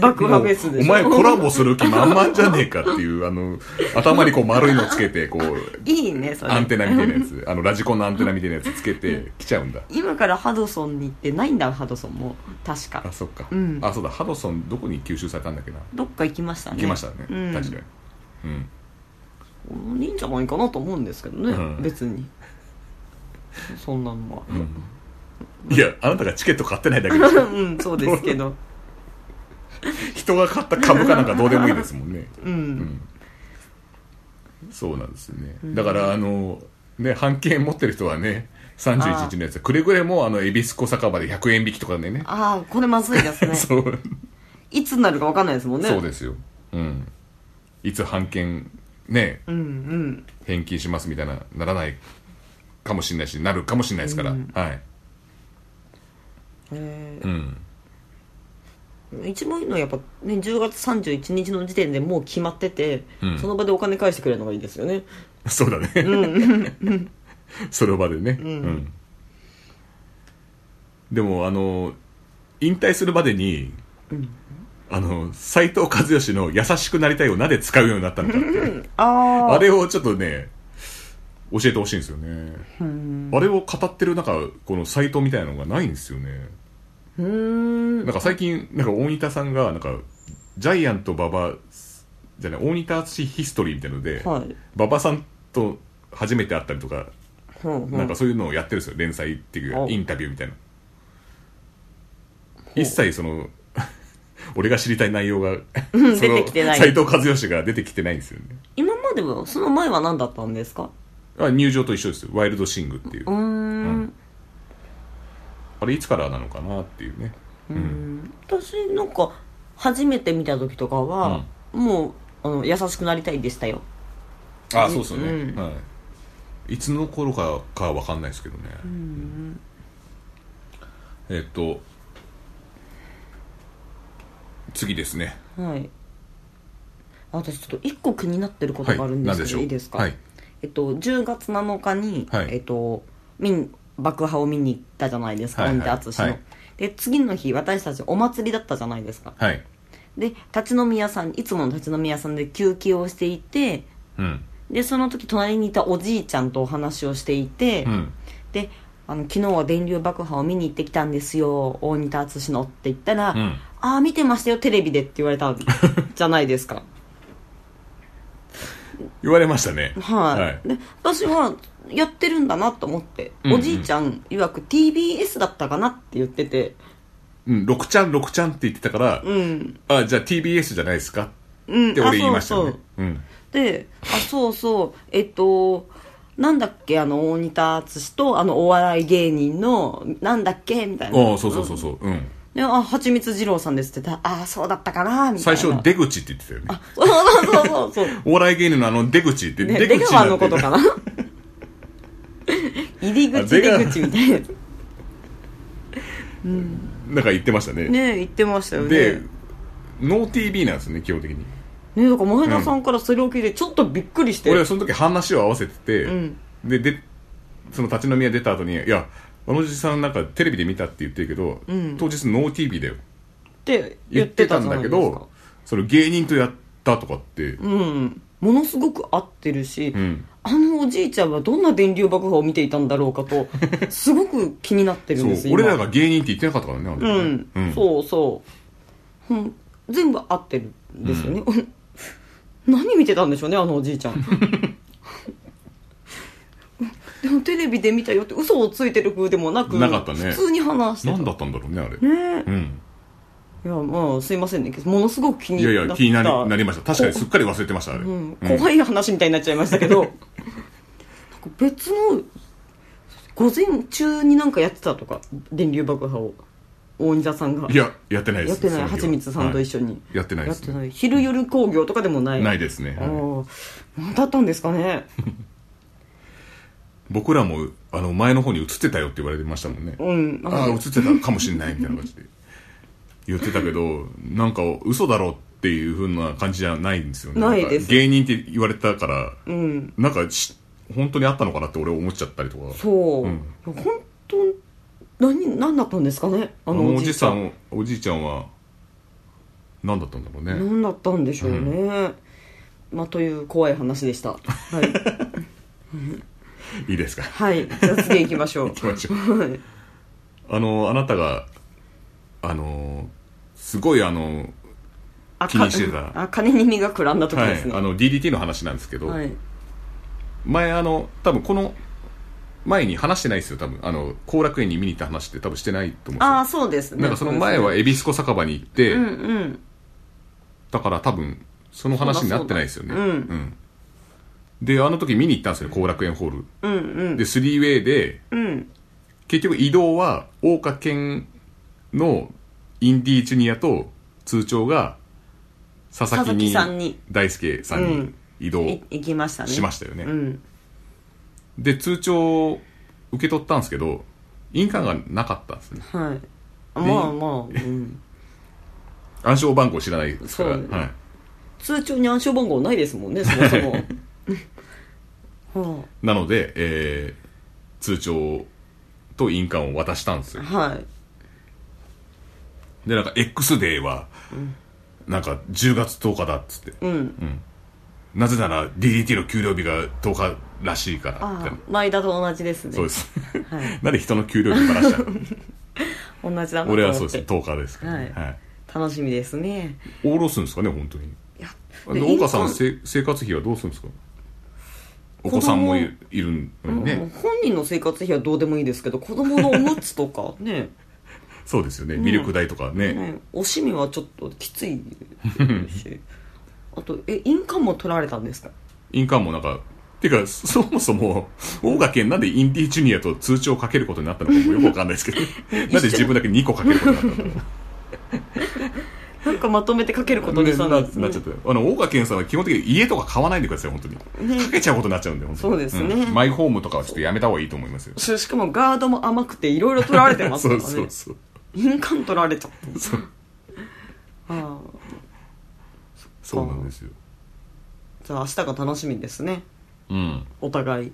Speaker 1: 爆破フェスで
Speaker 2: お
Speaker 1: しょ
Speaker 2: 前コラボする気満々じゃねえかっていう、あの、頭にこう丸いのつけて、こう、
Speaker 1: いいねそれ
Speaker 2: アンテナみたいなやつ、あの、ラジコンのアンテナみたいなやつつけて来ちゃうんだ。
Speaker 1: 今からハドソンに行ってないんだハドソンも確か
Speaker 2: あ、そっか
Speaker 1: うん。
Speaker 2: あ、そうだ、ハドソンどこに吸収されたんだっけな。
Speaker 1: どっか行きましたね
Speaker 2: 行きましたね。
Speaker 1: うん、
Speaker 2: 確かに。うん。
Speaker 1: にいいんじゃないかなと思うんですけどね、
Speaker 2: うん
Speaker 1: 別にそんなのは
Speaker 2: いや、あなたがチケット買ってないだけでしょ
Speaker 1: *laughs* うん、そうですけど
Speaker 2: 人が買った株かなんかどうでもいいですもんね。
Speaker 1: *laughs* うん、
Speaker 2: そうなんですよね。だから、あの、ね、半券持ってる人はね、31日のやつ、くれぐれも、あの、エビスコ酒場で100円引きとかでね。
Speaker 1: ああこれまずいですね
Speaker 2: そう、
Speaker 1: いつになるか分かんないですもんね
Speaker 2: *laughs* そうですよ。うん。いつ半券、ね、
Speaker 1: うんうん
Speaker 2: 返金しますみたいな、ならないかもしれないし、なるかもしれないですから。はい。
Speaker 1: え
Speaker 2: うん。
Speaker 1: ー一番いいのはやっぱね10月31日の時点でもう決まってて、
Speaker 2: うん
Speaker 1: その場でお金返してくれるのがいいですよね
Speaker 2: *laughs* そうだね。その場でね。うん。でも、あの、引退するまでに、あの、斎藤和義の優しくなりたいをなぜ使うようになったのかっていう
Speaker 1: あ
Speaker 2: あ
Speaker 1: あ
Speaker 2: れをちょっとね、教えてほしいんですよね。あれを語ってるなんか、このサイトみたいなのがないんですよね。
Speaker 1: うーん
Speaker 2: なんか最近、なんか大仁田さんが、なんか、ジャイアント馬場、じゃない、大仁田氏ヒストリーみたいので、
Speaker 1: はい
Speaker 2: 馬場さんと初めて会ったりとか、
Speaker 1: ほうほう
Speaker 2: なんかそういうのをやってるんですよ、連載っていう
Speaker 1: お
Speaker 2: かインタビューみたいな。一切その、 *laughs* 俺が知りたい内容が、その
Speaker 1: 出てきてない
Speaker 2: 斎藤和義が出てきてないんですよね。
Speaker 1: 今まではその前は何だったんですか
Speaker 2: あ入場と一緒ですよ、ワイルドシングっていう
Speaker 1: う。ーん
Speaker 2: んあれいつからなのかなっていうね。うん。
Speaker 1: 私なんか初めて見た時とかは、もうあの優しくなりたいでしたよ
Speaker 2: あそうですよね、
Speaker 1: うん
Speaker 2: はい。いつの頃かかわかんないですけどね。えっと、次ですね。
Speaker 1: はいあ私ちょっと一個気になってること
Speaker 2: はい。
Speaker 1: があるんで
Speaker 2: 何
Speaker 1: すけ
Speaker 2: で
Speaker 1: ど、
Speaker 2: しょう
Speaker 1: いいですか、
Speaker 2: はい。
Speaker 1: えっと、10月7日に、
Speaker 2: はい
Speaker 1: えっと、みん爆破を見に行ったじゃないですか
Speaker 2: はい
Speaker 1: 大
Speaker 2: は
Speaker 1: 仁田
Speaker 2: い
Speaker 1: 淳の、
Speaker 2: はい
Speaker 1: で次の日私たちお祭りだったじゃないですか
Speaker 2: はい。
Speaker 1: で立ち飲み屋さんいつもの立ち飲み屋さんで休憩をしていて
Speaker 2: うん。
Speaker 1: でその時隣にいたおじいちゃんとお話をしていて、
Speaker 2: うん。
Speaker 1: であの昨日は電流爆破を見に行ってきたんですよ大仁田淳のって言ったら「
Speaker 2: うん
Speaker 1: ああ見てましたよテレビで」って言われたんじゃないですか
Speaker 2: 言われましたね。
Speaker 1: はい、で私はやってるんだなと思って、
Speaker 2: うんうん
Speaker 1: おじいちゃん曰く TBS だったかなって言ってて
Speaker 2: うん、6ちゃん、6ちゃんって言ってたから、
Speaker 1: うん
Speaker 2: あ、じゃあ TBS じゃないですか
Speaker 1: うん
Speaker 2: って俺言いましたよ
Speaker 1: あ
Speaker 2: ね。
Speaker 1: そう
Speaker 2: うん。
Speaker 1: そうであそうそうえっとなんだっけあの大仁田淳とあのお笑い芸人のなんだっけみたいな
Speaker 2: ああ、そうそうそうそう。うん。
Speaker 1: であ蜂蜜二郎さんですって言ったらああそうだったかなみたい
Speaker 2: 最
Speaker 1: な
Speaker 2: 初出口って言ってたよね
Speaker 1: *laughs* そうそうそうそうそう
Speaker 2: お笑い芸人のあの出口って、
Speaker 1: ね、
Speaker 2: *laughs* 出口
Speaker 1: 出
Speaker 2: になって
Speaker 1: 川のこと
Speaker 2: *laughs*
Speaker 1: かな入り
Speaker 2: あ
Speaker 1: 口
Speaker 2: 出
Speaker 1: 出
Speaker 2: 川
Speaker 1: 口みたいな
Speaker 2: なんか言ってましたね
Speaker 1: ねえ言ってましたよ
Speaker 2: で
Speaker 1: ね
Speaker 2: ノー TV なんですね基本的に
Speaker 1: ねえだから前田さんからそれを聞いてちょっとびっくりして、
Speaker 2: 俺はその時話を合わせてて、
Speaker 1: ん
Speaker 2: ででその立ち飲み屋出た後に「いやあのおじさんなんかテレビで見たって言ってるけど、
Speaker 1: ん
Speaker 2: 当日ノー TV だよ
Speaker 1: って
Speaker 2: 言
Speaker 1: 言
Speaker 2: っ
Speaker 1: ってて
Speaker 2: た
Speaker 1: た
Speaker 2: ん
Speaker 1: んだ
Speaker 2: だけ
Speaker 1: け
Speaker 2: ど
Speaker 1: ど
Speaker 2: それ芸人とやったとかって、
Speaker 1: うんものすごく合ってるし、
Speaker 2: ん
Speaker 1: あのおじいちゃんはどんな電流爆破を見ていたんだろうか
Speaker 2: *laughs*
Speaker 1: とすごく気になってるんです
Speaker 2: そう
Speaker 1: 今
Speaker 2: 俺らが芸人って言ってなかったからねあの時
Speaker 1: う
Speaker 2: ね
Speaker 1: ん、
Speaker 2: うん
Speaker 1: そうそう、うん、全部合ってるんですよね、何見てたんでしょうねあのおじいちゃ
Speaker 2: *laughs*
Speaker 1: んでもテレビで見たよって嘘をついてる風でもなく
Speaker 2: なかったね
Speaker 1: 普通に話してた
Speaker 2: 何だったんだろうねあれ、
Speaker 1: ね
Speaker 2: うん、
Speaker 1: えいやまあすいませんねものすごく気
Speaker 2: い
Speaker 1: に
Speaker 2: や
Speaker 1: なっ
Speaker 2: い
Speaker 1: た
Speaker 2: や気になりなりました確かにすっかり忘れてましたあれ、
Speaker 1: うん、
Speaker 2: うん
Speaker 1: 怖い話みたいになっちゃいましたけどなんか別の午前中になんかやってたとか電流爆破を大西田さんが
Speaker 2: いややってないです
Speaker 1: やってない
Speaker 2: その日
Speaker 1: は
Speaker 2: は
Speaker 1: ちみつさんと一緒に、
Speaker 2: はいやってないです
Speaker 1: やってない昼夜工業とかでもない
Speaker 2: ないですね
Speaker 1: あ
Speaker 2: はい
Speaker 1: ー何だったんですかね
Speaker 2: 僕らもあの前の方に映ってたよって言われてましたもんね、
Speaker 1: うん
Speaker 2: ああ映ってたかもしれないみたいな感じで言ってたけどなんか嘘だろっていうふうな感じじゃないんですよね
Speaker 1: ないです
Speaker 2: んか芸人って言われたから、
Speaker 1: うん
Speaker 2: なんかし本当にあったのかなって俺思っちゃったりとか
Speaker 1: そう、
Speaker 2: うん
Speaker 1: 本当何何だったんですかねあ
Speaker 2: あ
Speaker 1: の
Speaker 2: の
Speaker 1: お
Speaker 2: お
Speaker 1: じ
Speaker 2: じ
Speaker 1: いちゃ
Speaker 2: さ
Speaker 1: ん
Speaker 2: んおじいちゃんは何だったんだろうね、
Speaker 1: 何だったんでしょうね、まあという怖い話でしたはい
Speaker 2: いいですか
Speaker 1: はいじゃあ次行きましょう
Speaker 2: 行きましょう
Speaker 1: はい
Speaker 2: あのあなたがあのすごいあの
Speaker 1: あ
Speaker 2: 気にしてた
Speaker 1: かあ金に身がくらんだ時
Speaker 2: は
Speaker 1: です
Speaker 2: い、
Speaker 1: ね
Speaker 2: あの DDT の話なんですけど、
Speaker 1: はい
Speaker 2: 前あの多分この前に話してないですよ多分あの後楽園に見に行った話って多分してないと思うんですよ
Speaker 1: ああそうですね
Speaker 2: なんかその前
Speaker 1: そう
Speaker 2: は恵比寿小酒場に行って、
Speaker 1: ですねうんうん
Speaker 2: だから多分その話になってないですよ
Speaker 1: そ
Speaker 2: ね
Speaker 1: うだそうだうん
Speaker 2: であの時見に行ったんですよね後楽園ホール、
Speaker 1: うんうん
Speaker 2: で 3way で
Speaker 1: うん
Speaker 2: 結局移動は大岡健のインディージュニアと通帳が佐々木に
Speaker 1: 佐々木さんに
Speaker 2: 大輔さん
Speaker 1: う
Speaker 2: に
Speaker 1: ん
Speaker 2: 移動
Speaker 1: い行きましたね
Speaker 2: しましたよね、
Speaker 1: うん
Speaker 2: で通帳を受け取ったんですけど印鑑がなかったんですね
Speaker 1: はいまあまあ、うん、
Speaker 2: 暗証番号知らないですから、
Speaker 1: そう
Speaker 2: はい、
Speaker 1: 通帳に暗証番号ないですもんねそもそも *laughs* は
Speaker 2: なので、えー通帳と印鑑を渡したんです
Speaker 1: あ
Speaker 2: よ
Speaker 1: はい
Speaker 2: でなんか X デーは、なんか10月10日だっつって
Speaker 1: うん
Speaker 2: なぜなら DDT の給料日が10日らしいからみ
Speaker 1: あ
Speaker 2: たい
Speaker 1: あ
Speaker 2: な
Speaker 1: 前田と同じですね
Speaker 2: そうです、
Speaker 1: はい
Speaker 2: なんで人の給料日からした
Speaker 1: *laughs*
Speaker 2: の
Speaker 1: 同じだなと思って
Speaker 2: 俺はそうです10日ですから、ね
Speaker 1: は
Speaker 2: はい
Speaker 1: 楽しみですね
Speaker 2: おろすんですかね本当に
Speaker 1: いや
Speaker 2: あの大川さん
Speaker 1: 印鑑
Speaker 2: せ生活費はどうするんですかお子さんもいいるのにね、
Speaker 1: うん本人の生活費はどうでもいいですけど子供のおむつと
Speaker 2: *laughs*
Speaker 1: かね
Speaker 2: そうですよねミルク代とかね、
Speaker 1: ねおしみはちょっときついし *laughs* あとえ印鑑も取られたんですか
Speaker 2: 印鑑もなんか、てか、そもそも、大賀健なんでインディージュニアと通帳をかけることになったのかもよくわかんないです
Speaker 1: *laughs*
Speaker 2: けど、なんで自分だけ2個かけることになったのか。
Speaker 1: なんかまとめてかけることに
Speaker 2: で
Speaker 1: さな
Speaker 2: ななん
Speaker 1: ですね
Speaker 2: っちゃった。あの、大賀健さんは基本的に家とか買わないでください、本当に。かけちゃうことになっちゃうんで、本当に。
Speaker 1: *laughs* そうですね
Speaker 2: んマイホームとかはちょっとやめた方がいいと思いますよ。
Speaker 1: ししかもガードも甘くていろいろ取られてます
Speaker 2: *laughs* そ
Speaker 1: から
Speaker 2: う
Speaker 1: ね
Speaker 2: そうそう。
Speaker 1: 印鑑取られちゃった
Speaker 2: そう
Speaker 1: *laughs* ああ
Speaker 2: そうなんですよ。
Speaker 1: じゃあ明日が楽しみですね
Speaker 2: うん。
Speaker 1: お互い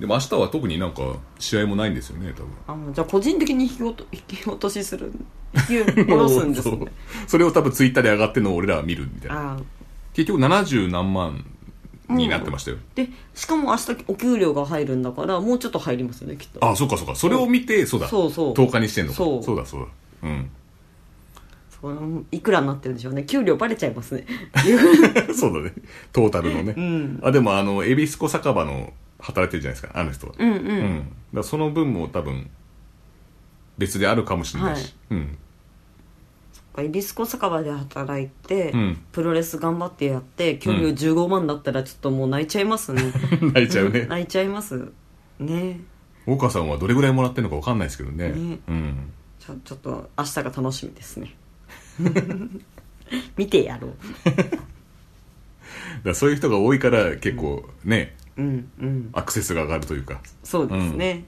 Speaker 2: でも明日は特になんか、試合もないんですよね、多分。
Speaker 1: あじゃあ個人的に引き落と *laughs* 引き落としする引き下ろすんです
Speaker 2: *laughs* そ
Speaker 1: ね
Speaker 2: うそれを多分ツイッターで上がってるのを俺らは見るみたいな。
Speaker 1: ああ
Speaker 2: 結局70何万になってましたよ。
Speaker 1: でしかも明日お給料が入るんだからもうちょっと入りますよねきっと
Speaker 2: あそうかそうかそれを見てそうだ
Speaker 1: そうそう
Speaker 2: 10日にしてんのか
Speaker 1: そう
Speaker 2: だそうだうん *laughs*
Speaker 1: そういくらになってるんでしょうね給料バレちゃい
Speaker 2: *laughs*
Speaker 1: ますね
Speaker 2: そうだねトータルのね、
Speaker 1: ん
Speaker 2: あでもあの恵比寿小酒場の働いてるじゃないですかあの人は
Speaker 1: うんう
Speaker 2: うんだからその分も多分別であるかもしれないし、うん *laughs*
Speaker 1: 恵比寿小酒場で働いて、
Speaker 2: うん
Speaker 1: プロレス頑張ってやって給料
Speaker 2: うん *laughs*
Speaker 1: 15万だったらちょっともう泣いちゃいますね
Speaker 2: 泣いちゃうね
Speaker 1: 泣いちゃいますね
Speaker 2: 大川さんはどれぐらいもらってるのかわかんないですけどね
Speaker 1: ね
Speaker 2: うん
Speaker 1: ちょちょっと明日が楽しみですね *laughs* 見てやろう
Speaker 2: だからそういう人が多いから結構ね、
Speaker 1: うんうん
Speaker 2: アクセスが上がるというか
Speaker 1: そうですね、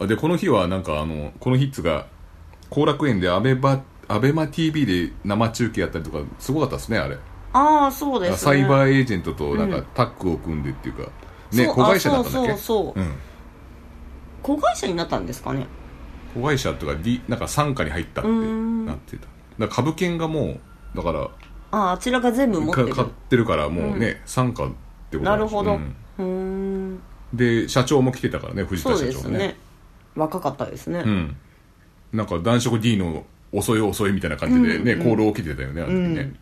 Speaker 2: あでこの日はなんかあのこの日っつうか後楽園でアベバアベマ t v で生中継やったりとかすごかったですねあれ
Speaker 1: ああそうですね
Speaker 2: サイバーエージェントとなん
Speaker 1: う
Speaker 2: か
Speaker 1: ん
Speaker 2: タッグを組んでっていうか、ね
Speaker 1: そう
Speaker 2: 子会社だったんだっけ
Speaker 1: あそうそうそう
Speaker 2: うん、
Speaker 1: 子会社になったんですかね
Speaker 2: 子会社とか、D、なんか傘下に入ったって
Speaker 1: うん
Speaker 2: なってただから株券がもうだから
Speaker 1: あああちらが全部持って
Speaker 2: か
Speaker 1: る
Speaker 2: 買ってるからもうね、傘下ってこと
Speaker 1: なんる
Speaker 2: でしょ
Speaker 1: ほど
Speaker 2: う
Speaker 1: うんーん
Speaker 2: で社長も来てたからね藤
Speaker 1: そ
Speaker 2: 田
Speaker 1: う
Speaker 2: 社
Speaker 1: で
Speaker 2: 長
Speaker 1: す
Speaker 2: も
Speaker 1: ね
Speaker 2: ね
Speaker 1: 若かったですね、
Speaker 2: うんなんか男色 D の遅い遅いみたいな感じでね、功労を切ってたよねあの時ね、
Speaker 1: うん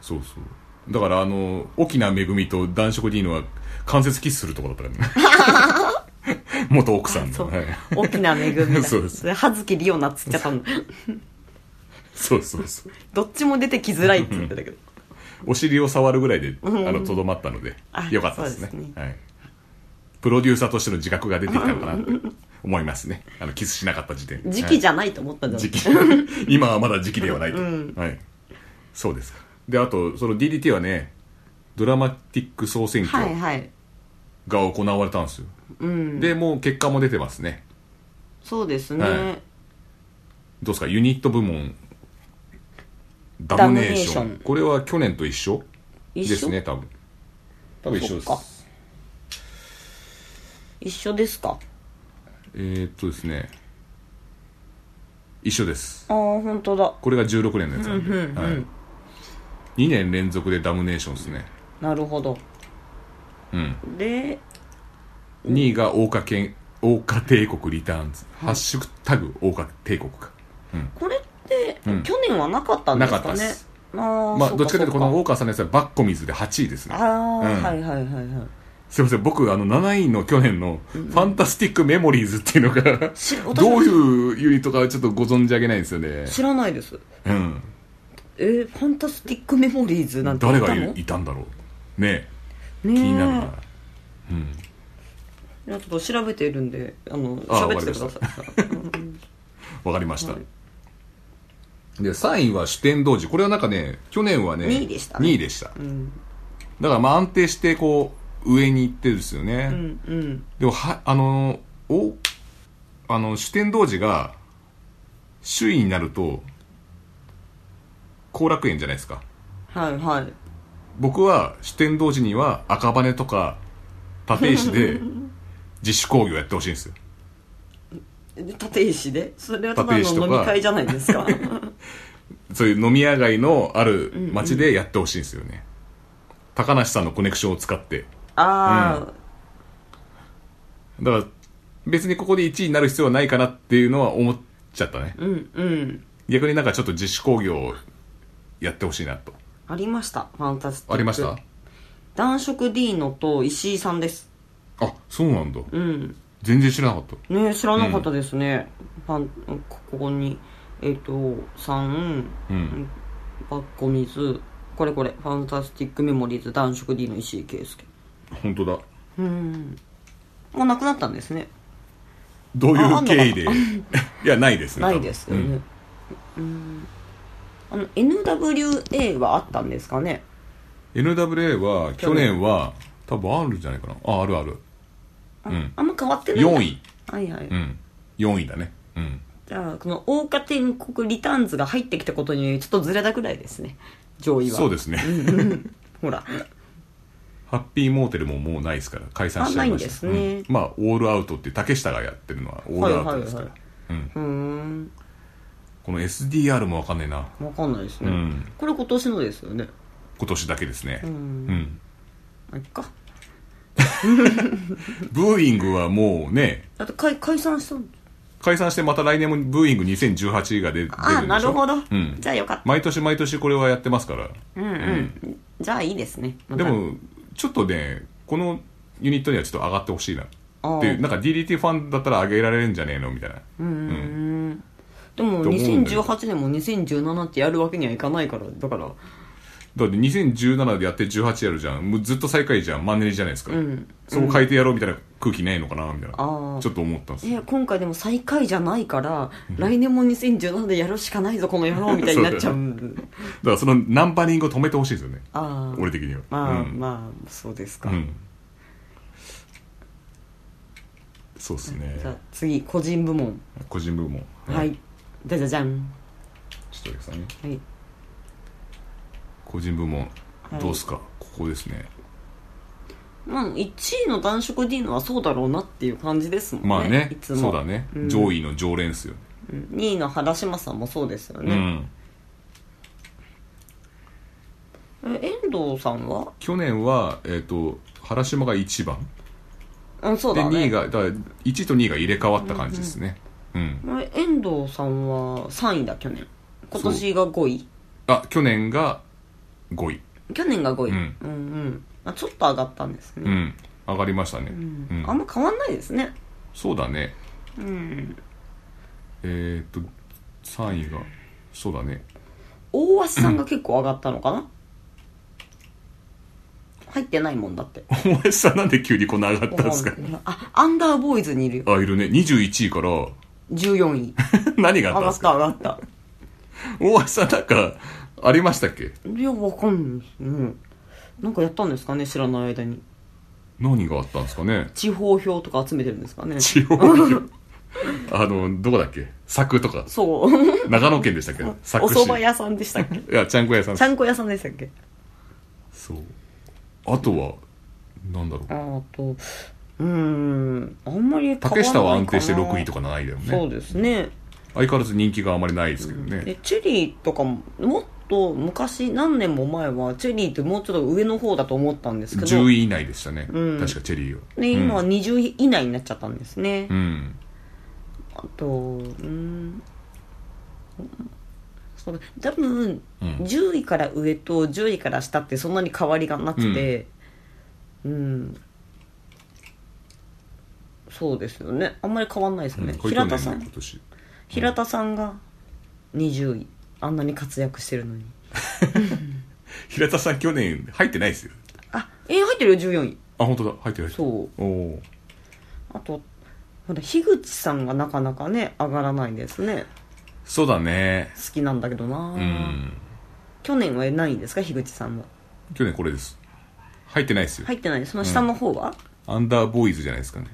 Speaker 2: そうそうだからあの沖縄めぐみと男色 D のは関節キスするとこだったか
Speaker 1: *laughs*
Speaker 2: らね元奥さん
Speaker 1: そ
Speaker 2: の、
Speaker 1: う
Speaker 2: はい、
Speaker 1: 大きな恵みだ
Speaker 2: *laughs* そうです
Speaker 1: れ葉月リオナっつっちゃったの
Speaker 2: そうそうそう
Speaker 1: どっちも出てきづらいっつってたけど
Speaker 2: お尻を触るぐらいであのとどまったので
Speaker 1: あ
Speaker 2: よかったですね
Speaker 1: そうです
Speaker 2: はい、プロデューサーとしての自覚が出てきたのかなと思いますねあのキスしなかった時点で
Speaker 1: 時
Speaker 2: はい
Speaker 1: 期じゃないと思ったんじゃ
Speaker 2: 時
Speaker 1: ない
Speaker 2: 期 *laughs* 今はまだ時期ではないと、はい、そうですであとその DDT はねドラマティック総選
Speaker 1: はい
Speaker 2: 挙
Speaker 1: はい
Speaker 2: が行われたんですよ、
Speaker 1: うん
Speaker 2: でもう結果も出てますね
Speaker 1: そうですね、
Speaker 2: はいどうですかユニット部門ダムネーション
Speaker 1: ダムネーション
Speaker 2: これは去年と一緒
Speaker 1: 一緒
Speaker 2: ですね多分多分一緒で
Speaker 1: そっか
Speaker 2: す
Speaker 1: 一緒ですか
Speaker 2: えー、っとですね一緒です
Speaker 1: ああ本当だ
Speaker 2: これが16年のやつなんで、はい、2年連続でダムネーションですね
Speaker 1: なるほど
Speaker 2: うん
Speaker 1: で
Speaker 2: 2位が大花県大花帝国リターンズ、ハッシュタグ大花帝国か
Speaker 1: これって、
Speaker 2: ん
Speaker 1: 去年はなかったんですか
Speaker 2: なかった
Speaker 1: ね
Speaker 2: です
Speaker 1: あー
Speaker 2: まあ
Speaker 1: そう
Speaker 2: どっちかというとこの
Speaker 1: そう
Speaker 2: 大川さんのやつはバッコミズで8位ですね
Speaker 1: ああ、
Speaker 2: うん
Speaker 1: はいはいはいはい
Speaker 2: すいません僕あの7位の去年の「ファンタスティック・メモリーズ」っていうのが
Speaker 1: 知私も
Speaker 2: どういうユニットかちょっとご存知あげないんですよね
Speaker 1: 知らないです
Speaker 2: うん
Speaker 1: えー、ファンタスティックメモリーズなんて
Speaker 2: 誰
Speaker 1: いた
Speaker 2: が
Speaker 1: の
Speaker 2: いいたんだろうね
Speaker 1: 気
Speaker 2: え気になるな
Speaker 1: ちょっと調べているんであの
Speaker 2: あー
Speaker 1: 喋っててください
Speaker 2: わかりました、
Speaker 1: はい
Speaker 2: で3位は主典同時これはなんかね去年はね
Speaker 1: 二位でしたね
Speaker 2: 二位でした
Speaker 1: うん
Speaker 2: だからまあ安定してこう上に行ってるんですよね、
Speaker 1: うんうん
Speaker 2: でもはあのおあの主典同時が首位になると後楽園じゃないですか
Speaker 1: *laughs* はいはい
Speaker 2: 僕は主典同時には赤羽とか立
Speaker 1: *laughs*
Speaker 2: 石で自主工業やってほしいんですよ
Speaker 1: で立石でそれはただ
Speaker 2: 立石と
Speaker 1: の
Speaker 2: か
Speaker 1: 飲み会じゃないです
Speaker 2: *laughs*
Speaker 1: か
Speaker 2: そういう飲み屋街のある街でやってほしいんですよね、高梨さんのコネクションを使って
Speaker 1: ああ、
Speaker 2: だから別にここで1位になる必要はないかなっていうのは思っちゃったね、
Speaker 1: うん、うん
Speaker 2: 逆になんかちょっと自主工業をやってほしいなと
Speaker 1: ありましたファンタスティック
Speaker 2: ありました
Speaker 1: 男色 D のと石井さんです
Speaker 2: あそうなんだ
Speaker 1: うん
Speaker 2: 全然知らなかった
Speaker 1: ね知らなかったですね、ファンこここにえっ、と3
Speaker 2: うん
Speaker 1: バッコ水これこれファンタスティックメモリーズ男色 D の石井圭介
Speaker 2: 本当だ
Speaker 1: うんもうなくなったんですね
Speaker 2: どうい
Speaker 1: ああ
Speaker 2: う
Speaker 1: の
Speaker 2: ん経
Speaker 1: *laughs*
Speaker 2: 緯でいやないですね
Speaker 1: ないです
Speaker 2: 多
Speaker 1: よ
Speaker 2: 分
Speaker 1: ねうん、あの NWA はあったんですかね
Speaker 2: うん NWA は去年は多分あるんじゃないかなああるある
Speaker 1: あ,、
Speaker 2: うん
Speaker 1: あんま変わってない
Speaker 2: 4位
Speaker 1: はいはい、
Speaker 2: うん4位だねうん
Speaker 1: じゃあこの桜花天国リターンズが入ってきたことにちょっとずれたぐらいですね上位は
Speaker 2: そうですね
Speaker 1: ほら
Speaker 2: ハッピーモーテルももうないですから解散しちゃいました
Speaker 1: あないんですね
Speaker 2: うんまあオールアウトって竹下がやってるのはオールアウトですから、
Speaker 1: はい
Speaker 2: うん、
Speaker 1: うーん
Speaker 2: この SDR もわかんねえな
Speaker 1: わかんないです
Speaker 2: う
Speaker 1: ね、
Speaker 2: ん
Speaker 1: これ今年のですよね
Speaker 2: 今年だけですね
Speaker 1: う
Speaker 2: うんん
Speaker 1: あれか
Speaker 2: ブーイングはもうね
Speaker 1: あと解解散したん
Speaker 2: 解散してまた来年もブーイング2018が出出るんでしょ
Speaker 1: ああなるほど、
Speaker 2: うん
Speaker 1: じゃあよかっ
Speaker 2: 毎年毎年これはやってますから、
Speaker 1: たうんうん、じゃあいいですねま
Speaker 2: で
Speaker 1: た
Speaker 2: もちょっとねこのユニットにはちょっと上がってほしいな
Speaker 1: あ
Speaker 2: っ
Speaker 1: あ
Speaker 2: ていうなんか DDT ファンだったら上げられるんじゃねえのみたいな
Speaker 1: でも
Speaker 2: と思うんだよ
Speaker 1: 2018年も2017ってやるわけにはいかないからだから
Speaker 2: だって2017でやって18やるじゃんもうずっと最下位じゃんマンネリじゃないですか、
Speaker 1: うん
Speaker 2: そこ変えてやろうみたいな空気ないのかなみたいな
Speaker 1: あー
Speaker 2: ちょっと思ったんです
Speaker 1: いや今回でも最下位じゃないから来年も2017でやるしかないぞこの野郎みたいになっち
Speaker 2: *laughs*
Speaker 1: ゃう
Speaker 2: だからそのナンバリングを止めてほしいですよね
Speaker 1: ああ
Speaker 2: 俺的には
Speaker 1: まあ、
Speaker 2: うん
Speaker 1: まあそうですか、
Speaker 2: うんそうですね
Speaker 1: じゃあ次個人部門
Speaker 2: 個人部門
Speaker 1: はいじゃじゃじゃん
Speaker 2: ちょっとお客さんね
Speaker 1: はい
Speaker 2: 個人部門
Speaker 1: はい
Speaker 2: どうっすか、ここですね
Speaker 1: まあ1位の男色ディーノはそうだろうなっていう感じですもんね
Speaker 2: まあね
Speaker 1: いつも
Speaker 2: そうだね、
Speaker 1: うん
Speaker 2: 上位の常連っすよね
Speaker 1: うん2位の原島さんもそうですよ
Speaker 2: う
Speaker 1: ね、
Speaker 2: ん
Speaker 1: え遠藤さんは
Speaker 2: 去年はえっ、と原島が1番
Speaker 1: うんそう
Speaker 2: で
Speaker 1: だね
Speaker 2: 2位がだから1位と2位が入れ替わった感じですねうん、
Speaker 1: え遠藤さんは3位だ去年今年が5位
Speaker 2: あ去年が5位
Speaker 1: 去年が5位、
Speaker 2: うん
Speaker 1: うんうんあちょっと上がったんです
Speaker 2: う
Speaker 1: ね、
Speaker 2: ん上がりましたね、
Speaker 1: うん
Speaker 2: うん
Speaker 1: あんま変わんないですね
Speaker 2: そうだね
Speaker 1: うん
Speaker 2: えっ、と3位がそうだね
Speaker 1: 大鷲さんが結構上がったのかな入ってないもんだ
Speaker 2: *laughs*
Speaker 1: って
Speaker 2: *laughs* お前さなんで急にこんな上がったんですか
Speaker 1: あアンダーボーイズにいるよ
Speaker 2: あいるね21位から *laughs*
Speaker 1: 14位
Speaker 2: 何があ
Speaker 1: 上が
Speaker 2: ったんで
Speaker 1: っ
Speaker 2: すか
Speaker 1: た上がった
Speaker 2: 大橋さんなんかありましたっけ
Speaker 1: いやわかんない、うん、なんかやったんですかね知らない間に
Speaker 2: 何があったんですかね
Speaker 1: 地方票とか集めてるんですかね
Speaker 2: 地方票あのどこだっけ佐久とか
Speaker 1: そう
Speaker 2: 長野県でしたっけ佐
Speaker 1: お
Speaker 2: 久市
Speaker 1: 蕎麦屋さんでしたっ
Speaker 2: *laughs*
Speaker 1: け
Speaker 2: いやちゃんこ屋さん
Speaker 1: ちゃんこ屋さんでしたっけ
Speaker 2: そうあとはなんだろう
Speaker 1: あとうーんあんまり変わらないかな
Speaker 2: 竹下は安定して6位とか7位だよ
Speaker 1: そ
Speaker 2: ね
Speaker 1: うですね
Speaker 2: 相変わらず人気があまりないですけどね
Speaker 1: でチェリーとかももっと昔何年も前はチェリーってもうちょっと上の方だと思ったんですけど
Speaker 2: 10位以内でしたね
Speaker 1: うん
Speaker 2: 確かチェリーは
Speaker 1: ね、今は
Speaker 2: うん
Speaker 1: 20位以内になっちゃったんですね、
Speaker 2: うん
Speaker 1: あとうーんそう多分、
Speaker 2: うん
Speaker 1: 10位から上と10位から下ってそんなに変わりがなくてうん、そうですよねあんまり変わんないですよね、
Speaker 2: これ去
Speaker 1: 平
Speaker 2: 年
Speaker 1: 田さん
Speaker 2: 今年
Speaker 1: 平田さんが20位あんなに活躍してるのに
Speaker 2: 平田さん去年入ってないですよ
Speaker 1: あえー入ってるよ14位
Speaker 2: あ本当だ入ってない
Speaker 1: そう
Speaker 2: おおー
Speaker 1: あとほら樋口さんがなかなかね上がらないですね
Speaker 2: そうだね
Speaker 1: 好きなんだけどな、
Speaker 2: うん
Speaker 1: 去年は何位ですか樋口さんは
Speaker 2: 去年これです入ってないですよ
Speaker 1: 入ってないその下の方は、
Speaker 2: アンダーボーイズじゃないですかね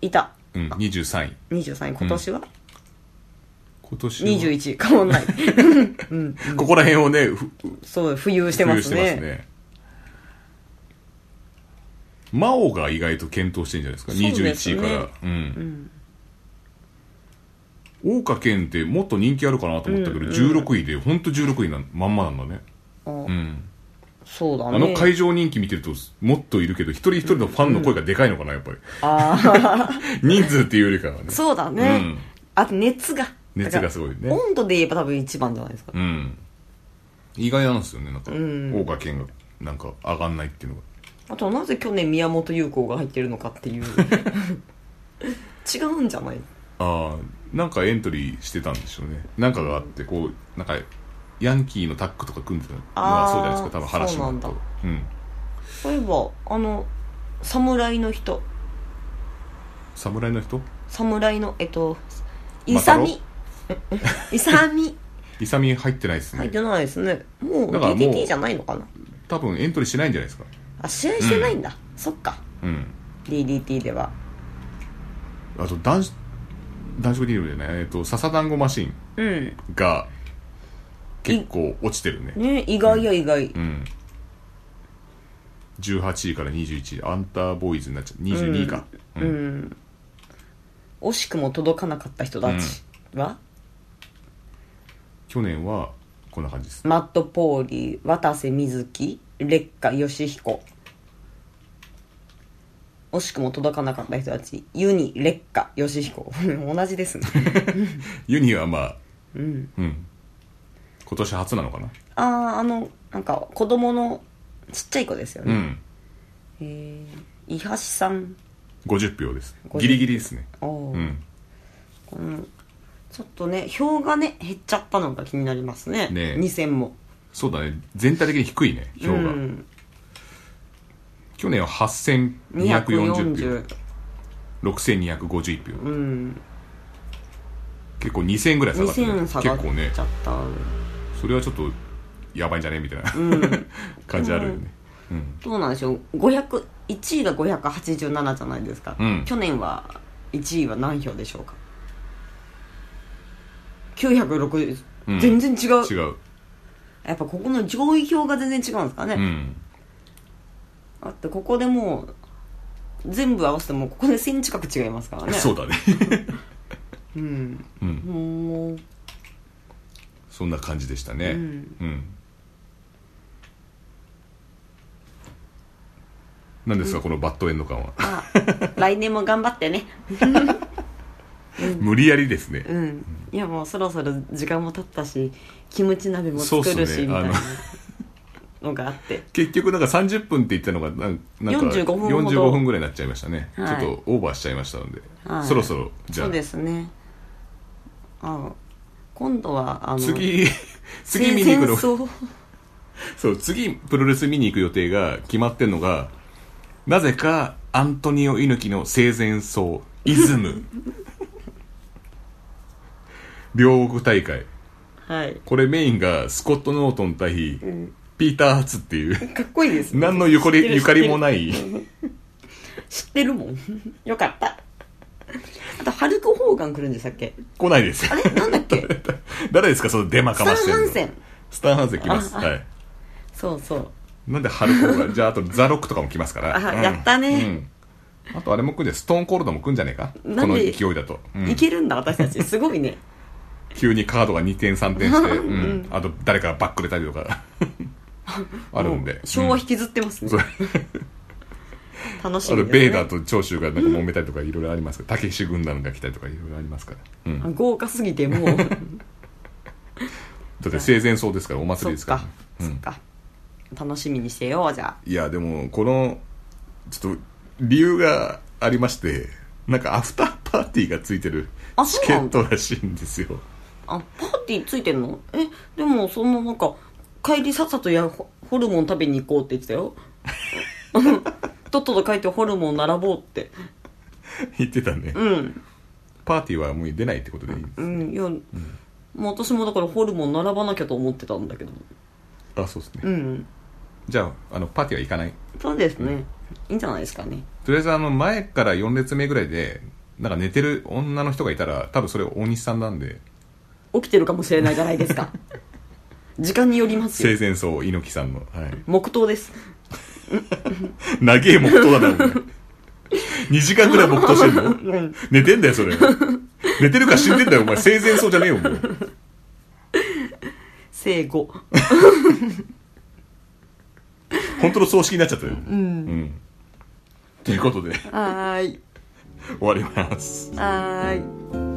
Speaker 1: いた
Speaker 2: うん23位
Speaker 1: 23位今年は、
Speaker 2: 今年は
Speaker 1: 21位変わんない *laughs*
Speaker 2: ここら辺をねふ
Speaker 1: そう浮遊してますね
Speaker 2: 真央が意外と検討してんじゃないですか
Speaker 1: そうです
Speaker 2: 21
Speaker 1: ね
Speaker 2: 位からうん、大岡健ってもっと人気あるかなと思ったけど、
Speaker 1: うんうん
Speaker 2: 16位で本当16位なまんまなんだね、
Speaker 1: あ
Speaker 2: うん、
Speaker 1: そうだ
Speaker 2: あ
Speaker 1: ね
Speaker 2: の会場人気見てるともっといるけど一人一人のファンの声がでかいのかなやっぱり
Speaker 1: あ
Speaker 2: 人数っていうよりかはね
Speaker 1: ーそうだね、
Speaker 2: うん
Speaker 1: あと熱が
Speaker 2: 熱がすごいね
Speaker 1: だから温度で言えば多分一番じゃないですか、
Speaker 2: うん意外なんですよねなんか、
Speaker 1: うん
Speaker 2: 大岡健がなんか上がんないっていうのが
Speaker 1: あとなぜ去年宮本優子が入ってるのか *laughs* っていう違うんじゃない
Speaker 2: ああなんかエントリーしてたんでしょうねなんかがあってこうなんかヤンキーのタッグとか組んでたのは
Speaker 1: あー
Speaker 2: そうじゃないですか多分原島と
Speaker 1: そう
Speaker 2: うん
Speaker 1: そういえばあの侍の人
Speaker 2: 侍の人
Speaker 1: 侍のえっと
Speaker 2: マカロ
Speaker 1: 勇勇
Speaker 2: イサミ入ってないです
Speaker 1: 入っ
Speaker 2: ね
Speaker 1: てないですねもう
Speaker 2: だからもう
Speaker 1: DTT じゃないのかな
Speaker 2: 多分エントリーしないんじゃないですか
Speaker 1: あ試合してないんだ、そっか
Speaker 2: うん
Speaker 1: DDT では
Speaker 2: あと男子男子ディールじゃないえっと笹団子マシン
Speaker 1: うん
Speaker 2: が結構落ちてるね
Speaker 1: ね意外や意外
Speaker 2: うん18位から21位アンターボーイズになっちゃう22位か、う
Speaker 1: うんん、惜しくも届かなかった人たちは、
Speaker 2: 去年はこんな感じです
Speaker 1: マット・ポーリー渡瀬瑞希劣化ヨシヒコ惜しくも届かなかった人たちユニ劣化ヨシヒコ *laughs* 同じですね
Speaker 2: ユニはまあ、うん今年初なのかな
Speaker 1: あああのなんか子供のちっちゃい子ですよ
Speaker 2: う
Speaker 1: ね、
Speaker 2: ん
Speaker 1: えー、伊橋さん
Speaker 2: 50票です
Speaker 1: 50
Speaker 2: ギリギリですね
Speaker 1: おー
Speaker 2: うん
Speaker 1: このちょっとね票がね減っちゃったのが気になりますね
Speaker 2: ねえ
Speaker 1: 2000も
Speaker 2: そうだね全体的に低いね票が、
Speaker 1: うん、
Speaker 2: 去年は8240票6251票
Speaker 1: うん、
Speaker 2: 結構2000ぐらい下がってる、
Speaker 1: 2000
Speaker 2: 結
Speaker 1: 下がっ
Speaker 2: 構ね
Speaker 1: ちゃった、
Speaker 2: それはちょっとやばいんじゃねみたいな
Speaker 1: うん、
Speaker 2: *laughs* 感じあるよねうん
Speaker 1: どうなんでしょう500 1位が587じゃないですか、
Speaker 2: うん
Speaker 1: 去年は1位は何票でしょうか960、
Speaker 2: うん
Speaker 1: 全然違う
Speaker 2: 違う
Speaker 1: やっぱここの上位票が全然違うんですかね、
Speaker 2: うん
Speaker 1: だってここでもう全部合わせてもここで1000近く違いますからね
Speaker 2: そうだね *laughs*
Speaker 1: うん
Speaker 2: うん
Speaker 1: もう
Speaker 2: そんな感じでしたね
Speaker 1: うん
Speaker 2: うん何ですかこのバッドエンド感は
Speaker 1: あ来年も頑張ってね
Speaker 2: 無理やりですね
Speaker 1: うんいやもうそろそろ時間も経ったしキムチ鍋も作る
Speaker 2: そうっす
Speaker 1: し、
Speaker 2: ね
Speaker 1: みたい
Speaker 2: あ
Speaker 1: な
Speaker 2: の
Speaker 1: のがあって
Speaker 2: 結局なんか30分って言ったのがなんなんか
Speaker 1: 45分ほど
Speaker 2: 45分ぐらいになっちゃいましたね、
Speaker 1: はい
Speaker 2: ちょっとオーバーしちゃいましたので、
Speaker 1: はい
Speaker 2: そろそろじゃ
Speaker 1: そう
Speaker 2: あ
Speaker 1: ですねあ今度はあの
Speaker 2: 次 *laughs* 次見に
Speaker 1: 戦
Speaker 2: 行くの
Speaker 1: 争
Speaker 2: そう次プロレス見に行く予定が決まってんのがなぜかアントニオ猪木の生前葬イ
Speaker 1: *laughs*
Speaker 2: ズム両国大会
Speaker 1: はい、
Speaker 2: これメインがスコット・ノートン対ピーター・ハーツっていう
Speaker 1: かっこいいですね
Speaker 2: 何のゆこ
Speaker 1: 知って
Speaker 2: り
Speaker 1: る
Speaker 2: ゆかりもな
Speaker 1: 知
Speaker 2: い
Speaker 1: ってる知ってるもんよかったあとハルク・ホーガン来るんでしたっけ
Speaker 2: 来ないです
Speaker 1: あれなんだっけ
Speaker 2: *laughs* 誰ですかそのデマかましてん
Speaker 1: ス
Speaker 2: の
Speaker 1: タンハンセン
Speaker 2: スタンハンセン来ます
Speaker 1: あ
Speaker 2: はい
Speaker 1: そうそう
Speaker 2: なんでハルコがじゃああとザ・ロックとかも来ますから
Speaker 1: あ
Speaker 2: うん
Speaker 1: やったね
Speaker 2: うんあとあれも来るんじゃないストーンコールドも来るんじゃねえかこ
Speaker 1: なん
Speaker 2: の
Speaker 1: で
Speaker 2: 勢いだと、うん
Speaker 1: いけるんだ私たちすごいね
Speaker 2: 急にカードが2点3
Speaker 1: *laughs*
Speaker 2: 点して、うんあと誰かがバックれたりとかあるん
Speaker 1: も
Speaker 2: で
Speaker 1: う昭和引きずってますね、
Speaker 2: そう
Speaker 1: 楽しみ
Speaker 2: あと
Speaker 1: です、ね、
Speaker 2: ベーダーと長州がなんか揉めたりとかいろいろありますからたけし軍団が来たりとかいろいろありますから、うん、だ
Speaker 1: 豪華すぎて
Speaker 2: *laughs*
Speaker 1: もう
Speaker 2: って生前葬ですからお祭
Speaker 1: そ
Speaker 2: り
Speaker 1: っ
Speaker 2: ですから
Speaker 1: か、そっか楽しみにしてようじゃ
Speaker 2: いやでもこのちょっと理由がありましてなんかアフターパーティーがついてる
Speaker 1: あ
Speaker 2: チ
Speaker 1: そう
Speaker 2: ケ
Speaker 1: な
Speaker 2: ッ
Speaker 1: の
Speaker 2: トらしいんですよ *laughs*
Speaker 1: あパーティーついてんのえでもそのなんか帰りさっさとやホホルモン食べに行こうって言ってたよ *laughs* とっとと帰ってホルモン並ぼうって
Speaker 2: 言ってたね、
Speaker 1: うん
Speaker 2: パーティーはもう出ないってことでいいんです、
Speaker 1: うんいや、もう私もだからホルモン並ばなきゃと思ってたんだけど
Speaker 2: あそうですね、
Speaker 1: うん
Speaker 2: じゃああのパーティーは行かない
Speaker 1: そうですね、いいんじゃないですかね
Speaker 2: とりあえずあの前から4列目ぐらいでなんか寝てる女の人がいたら多分それ大西さんなんで
Speaker 1: 起きてるかもしれないじゃないです
Speaker 2: *laughs*
Speaker 1: か時間によります
Speaker 2: 生
Speaker 1: よ
Speaker 2: 前葬猪木さんのはい
Speaker 1: 黙祷です
Speaker 2: 長え黙祷だな、お前。2時間ぐらい黙
Speaker 1: *laughs*
Speaker 2: 祷してんの寝てんだよ、それ。寝てるか死んでんだよ、お前。生前そうじゃねえよ、もう。
Speaker 1: 生後
Speaker 2: 本当の葬式になっちゃったよ。うん。ということで、
Speaker 1: はーい
Speaker 2: 終わります。
Speaker 1: はーい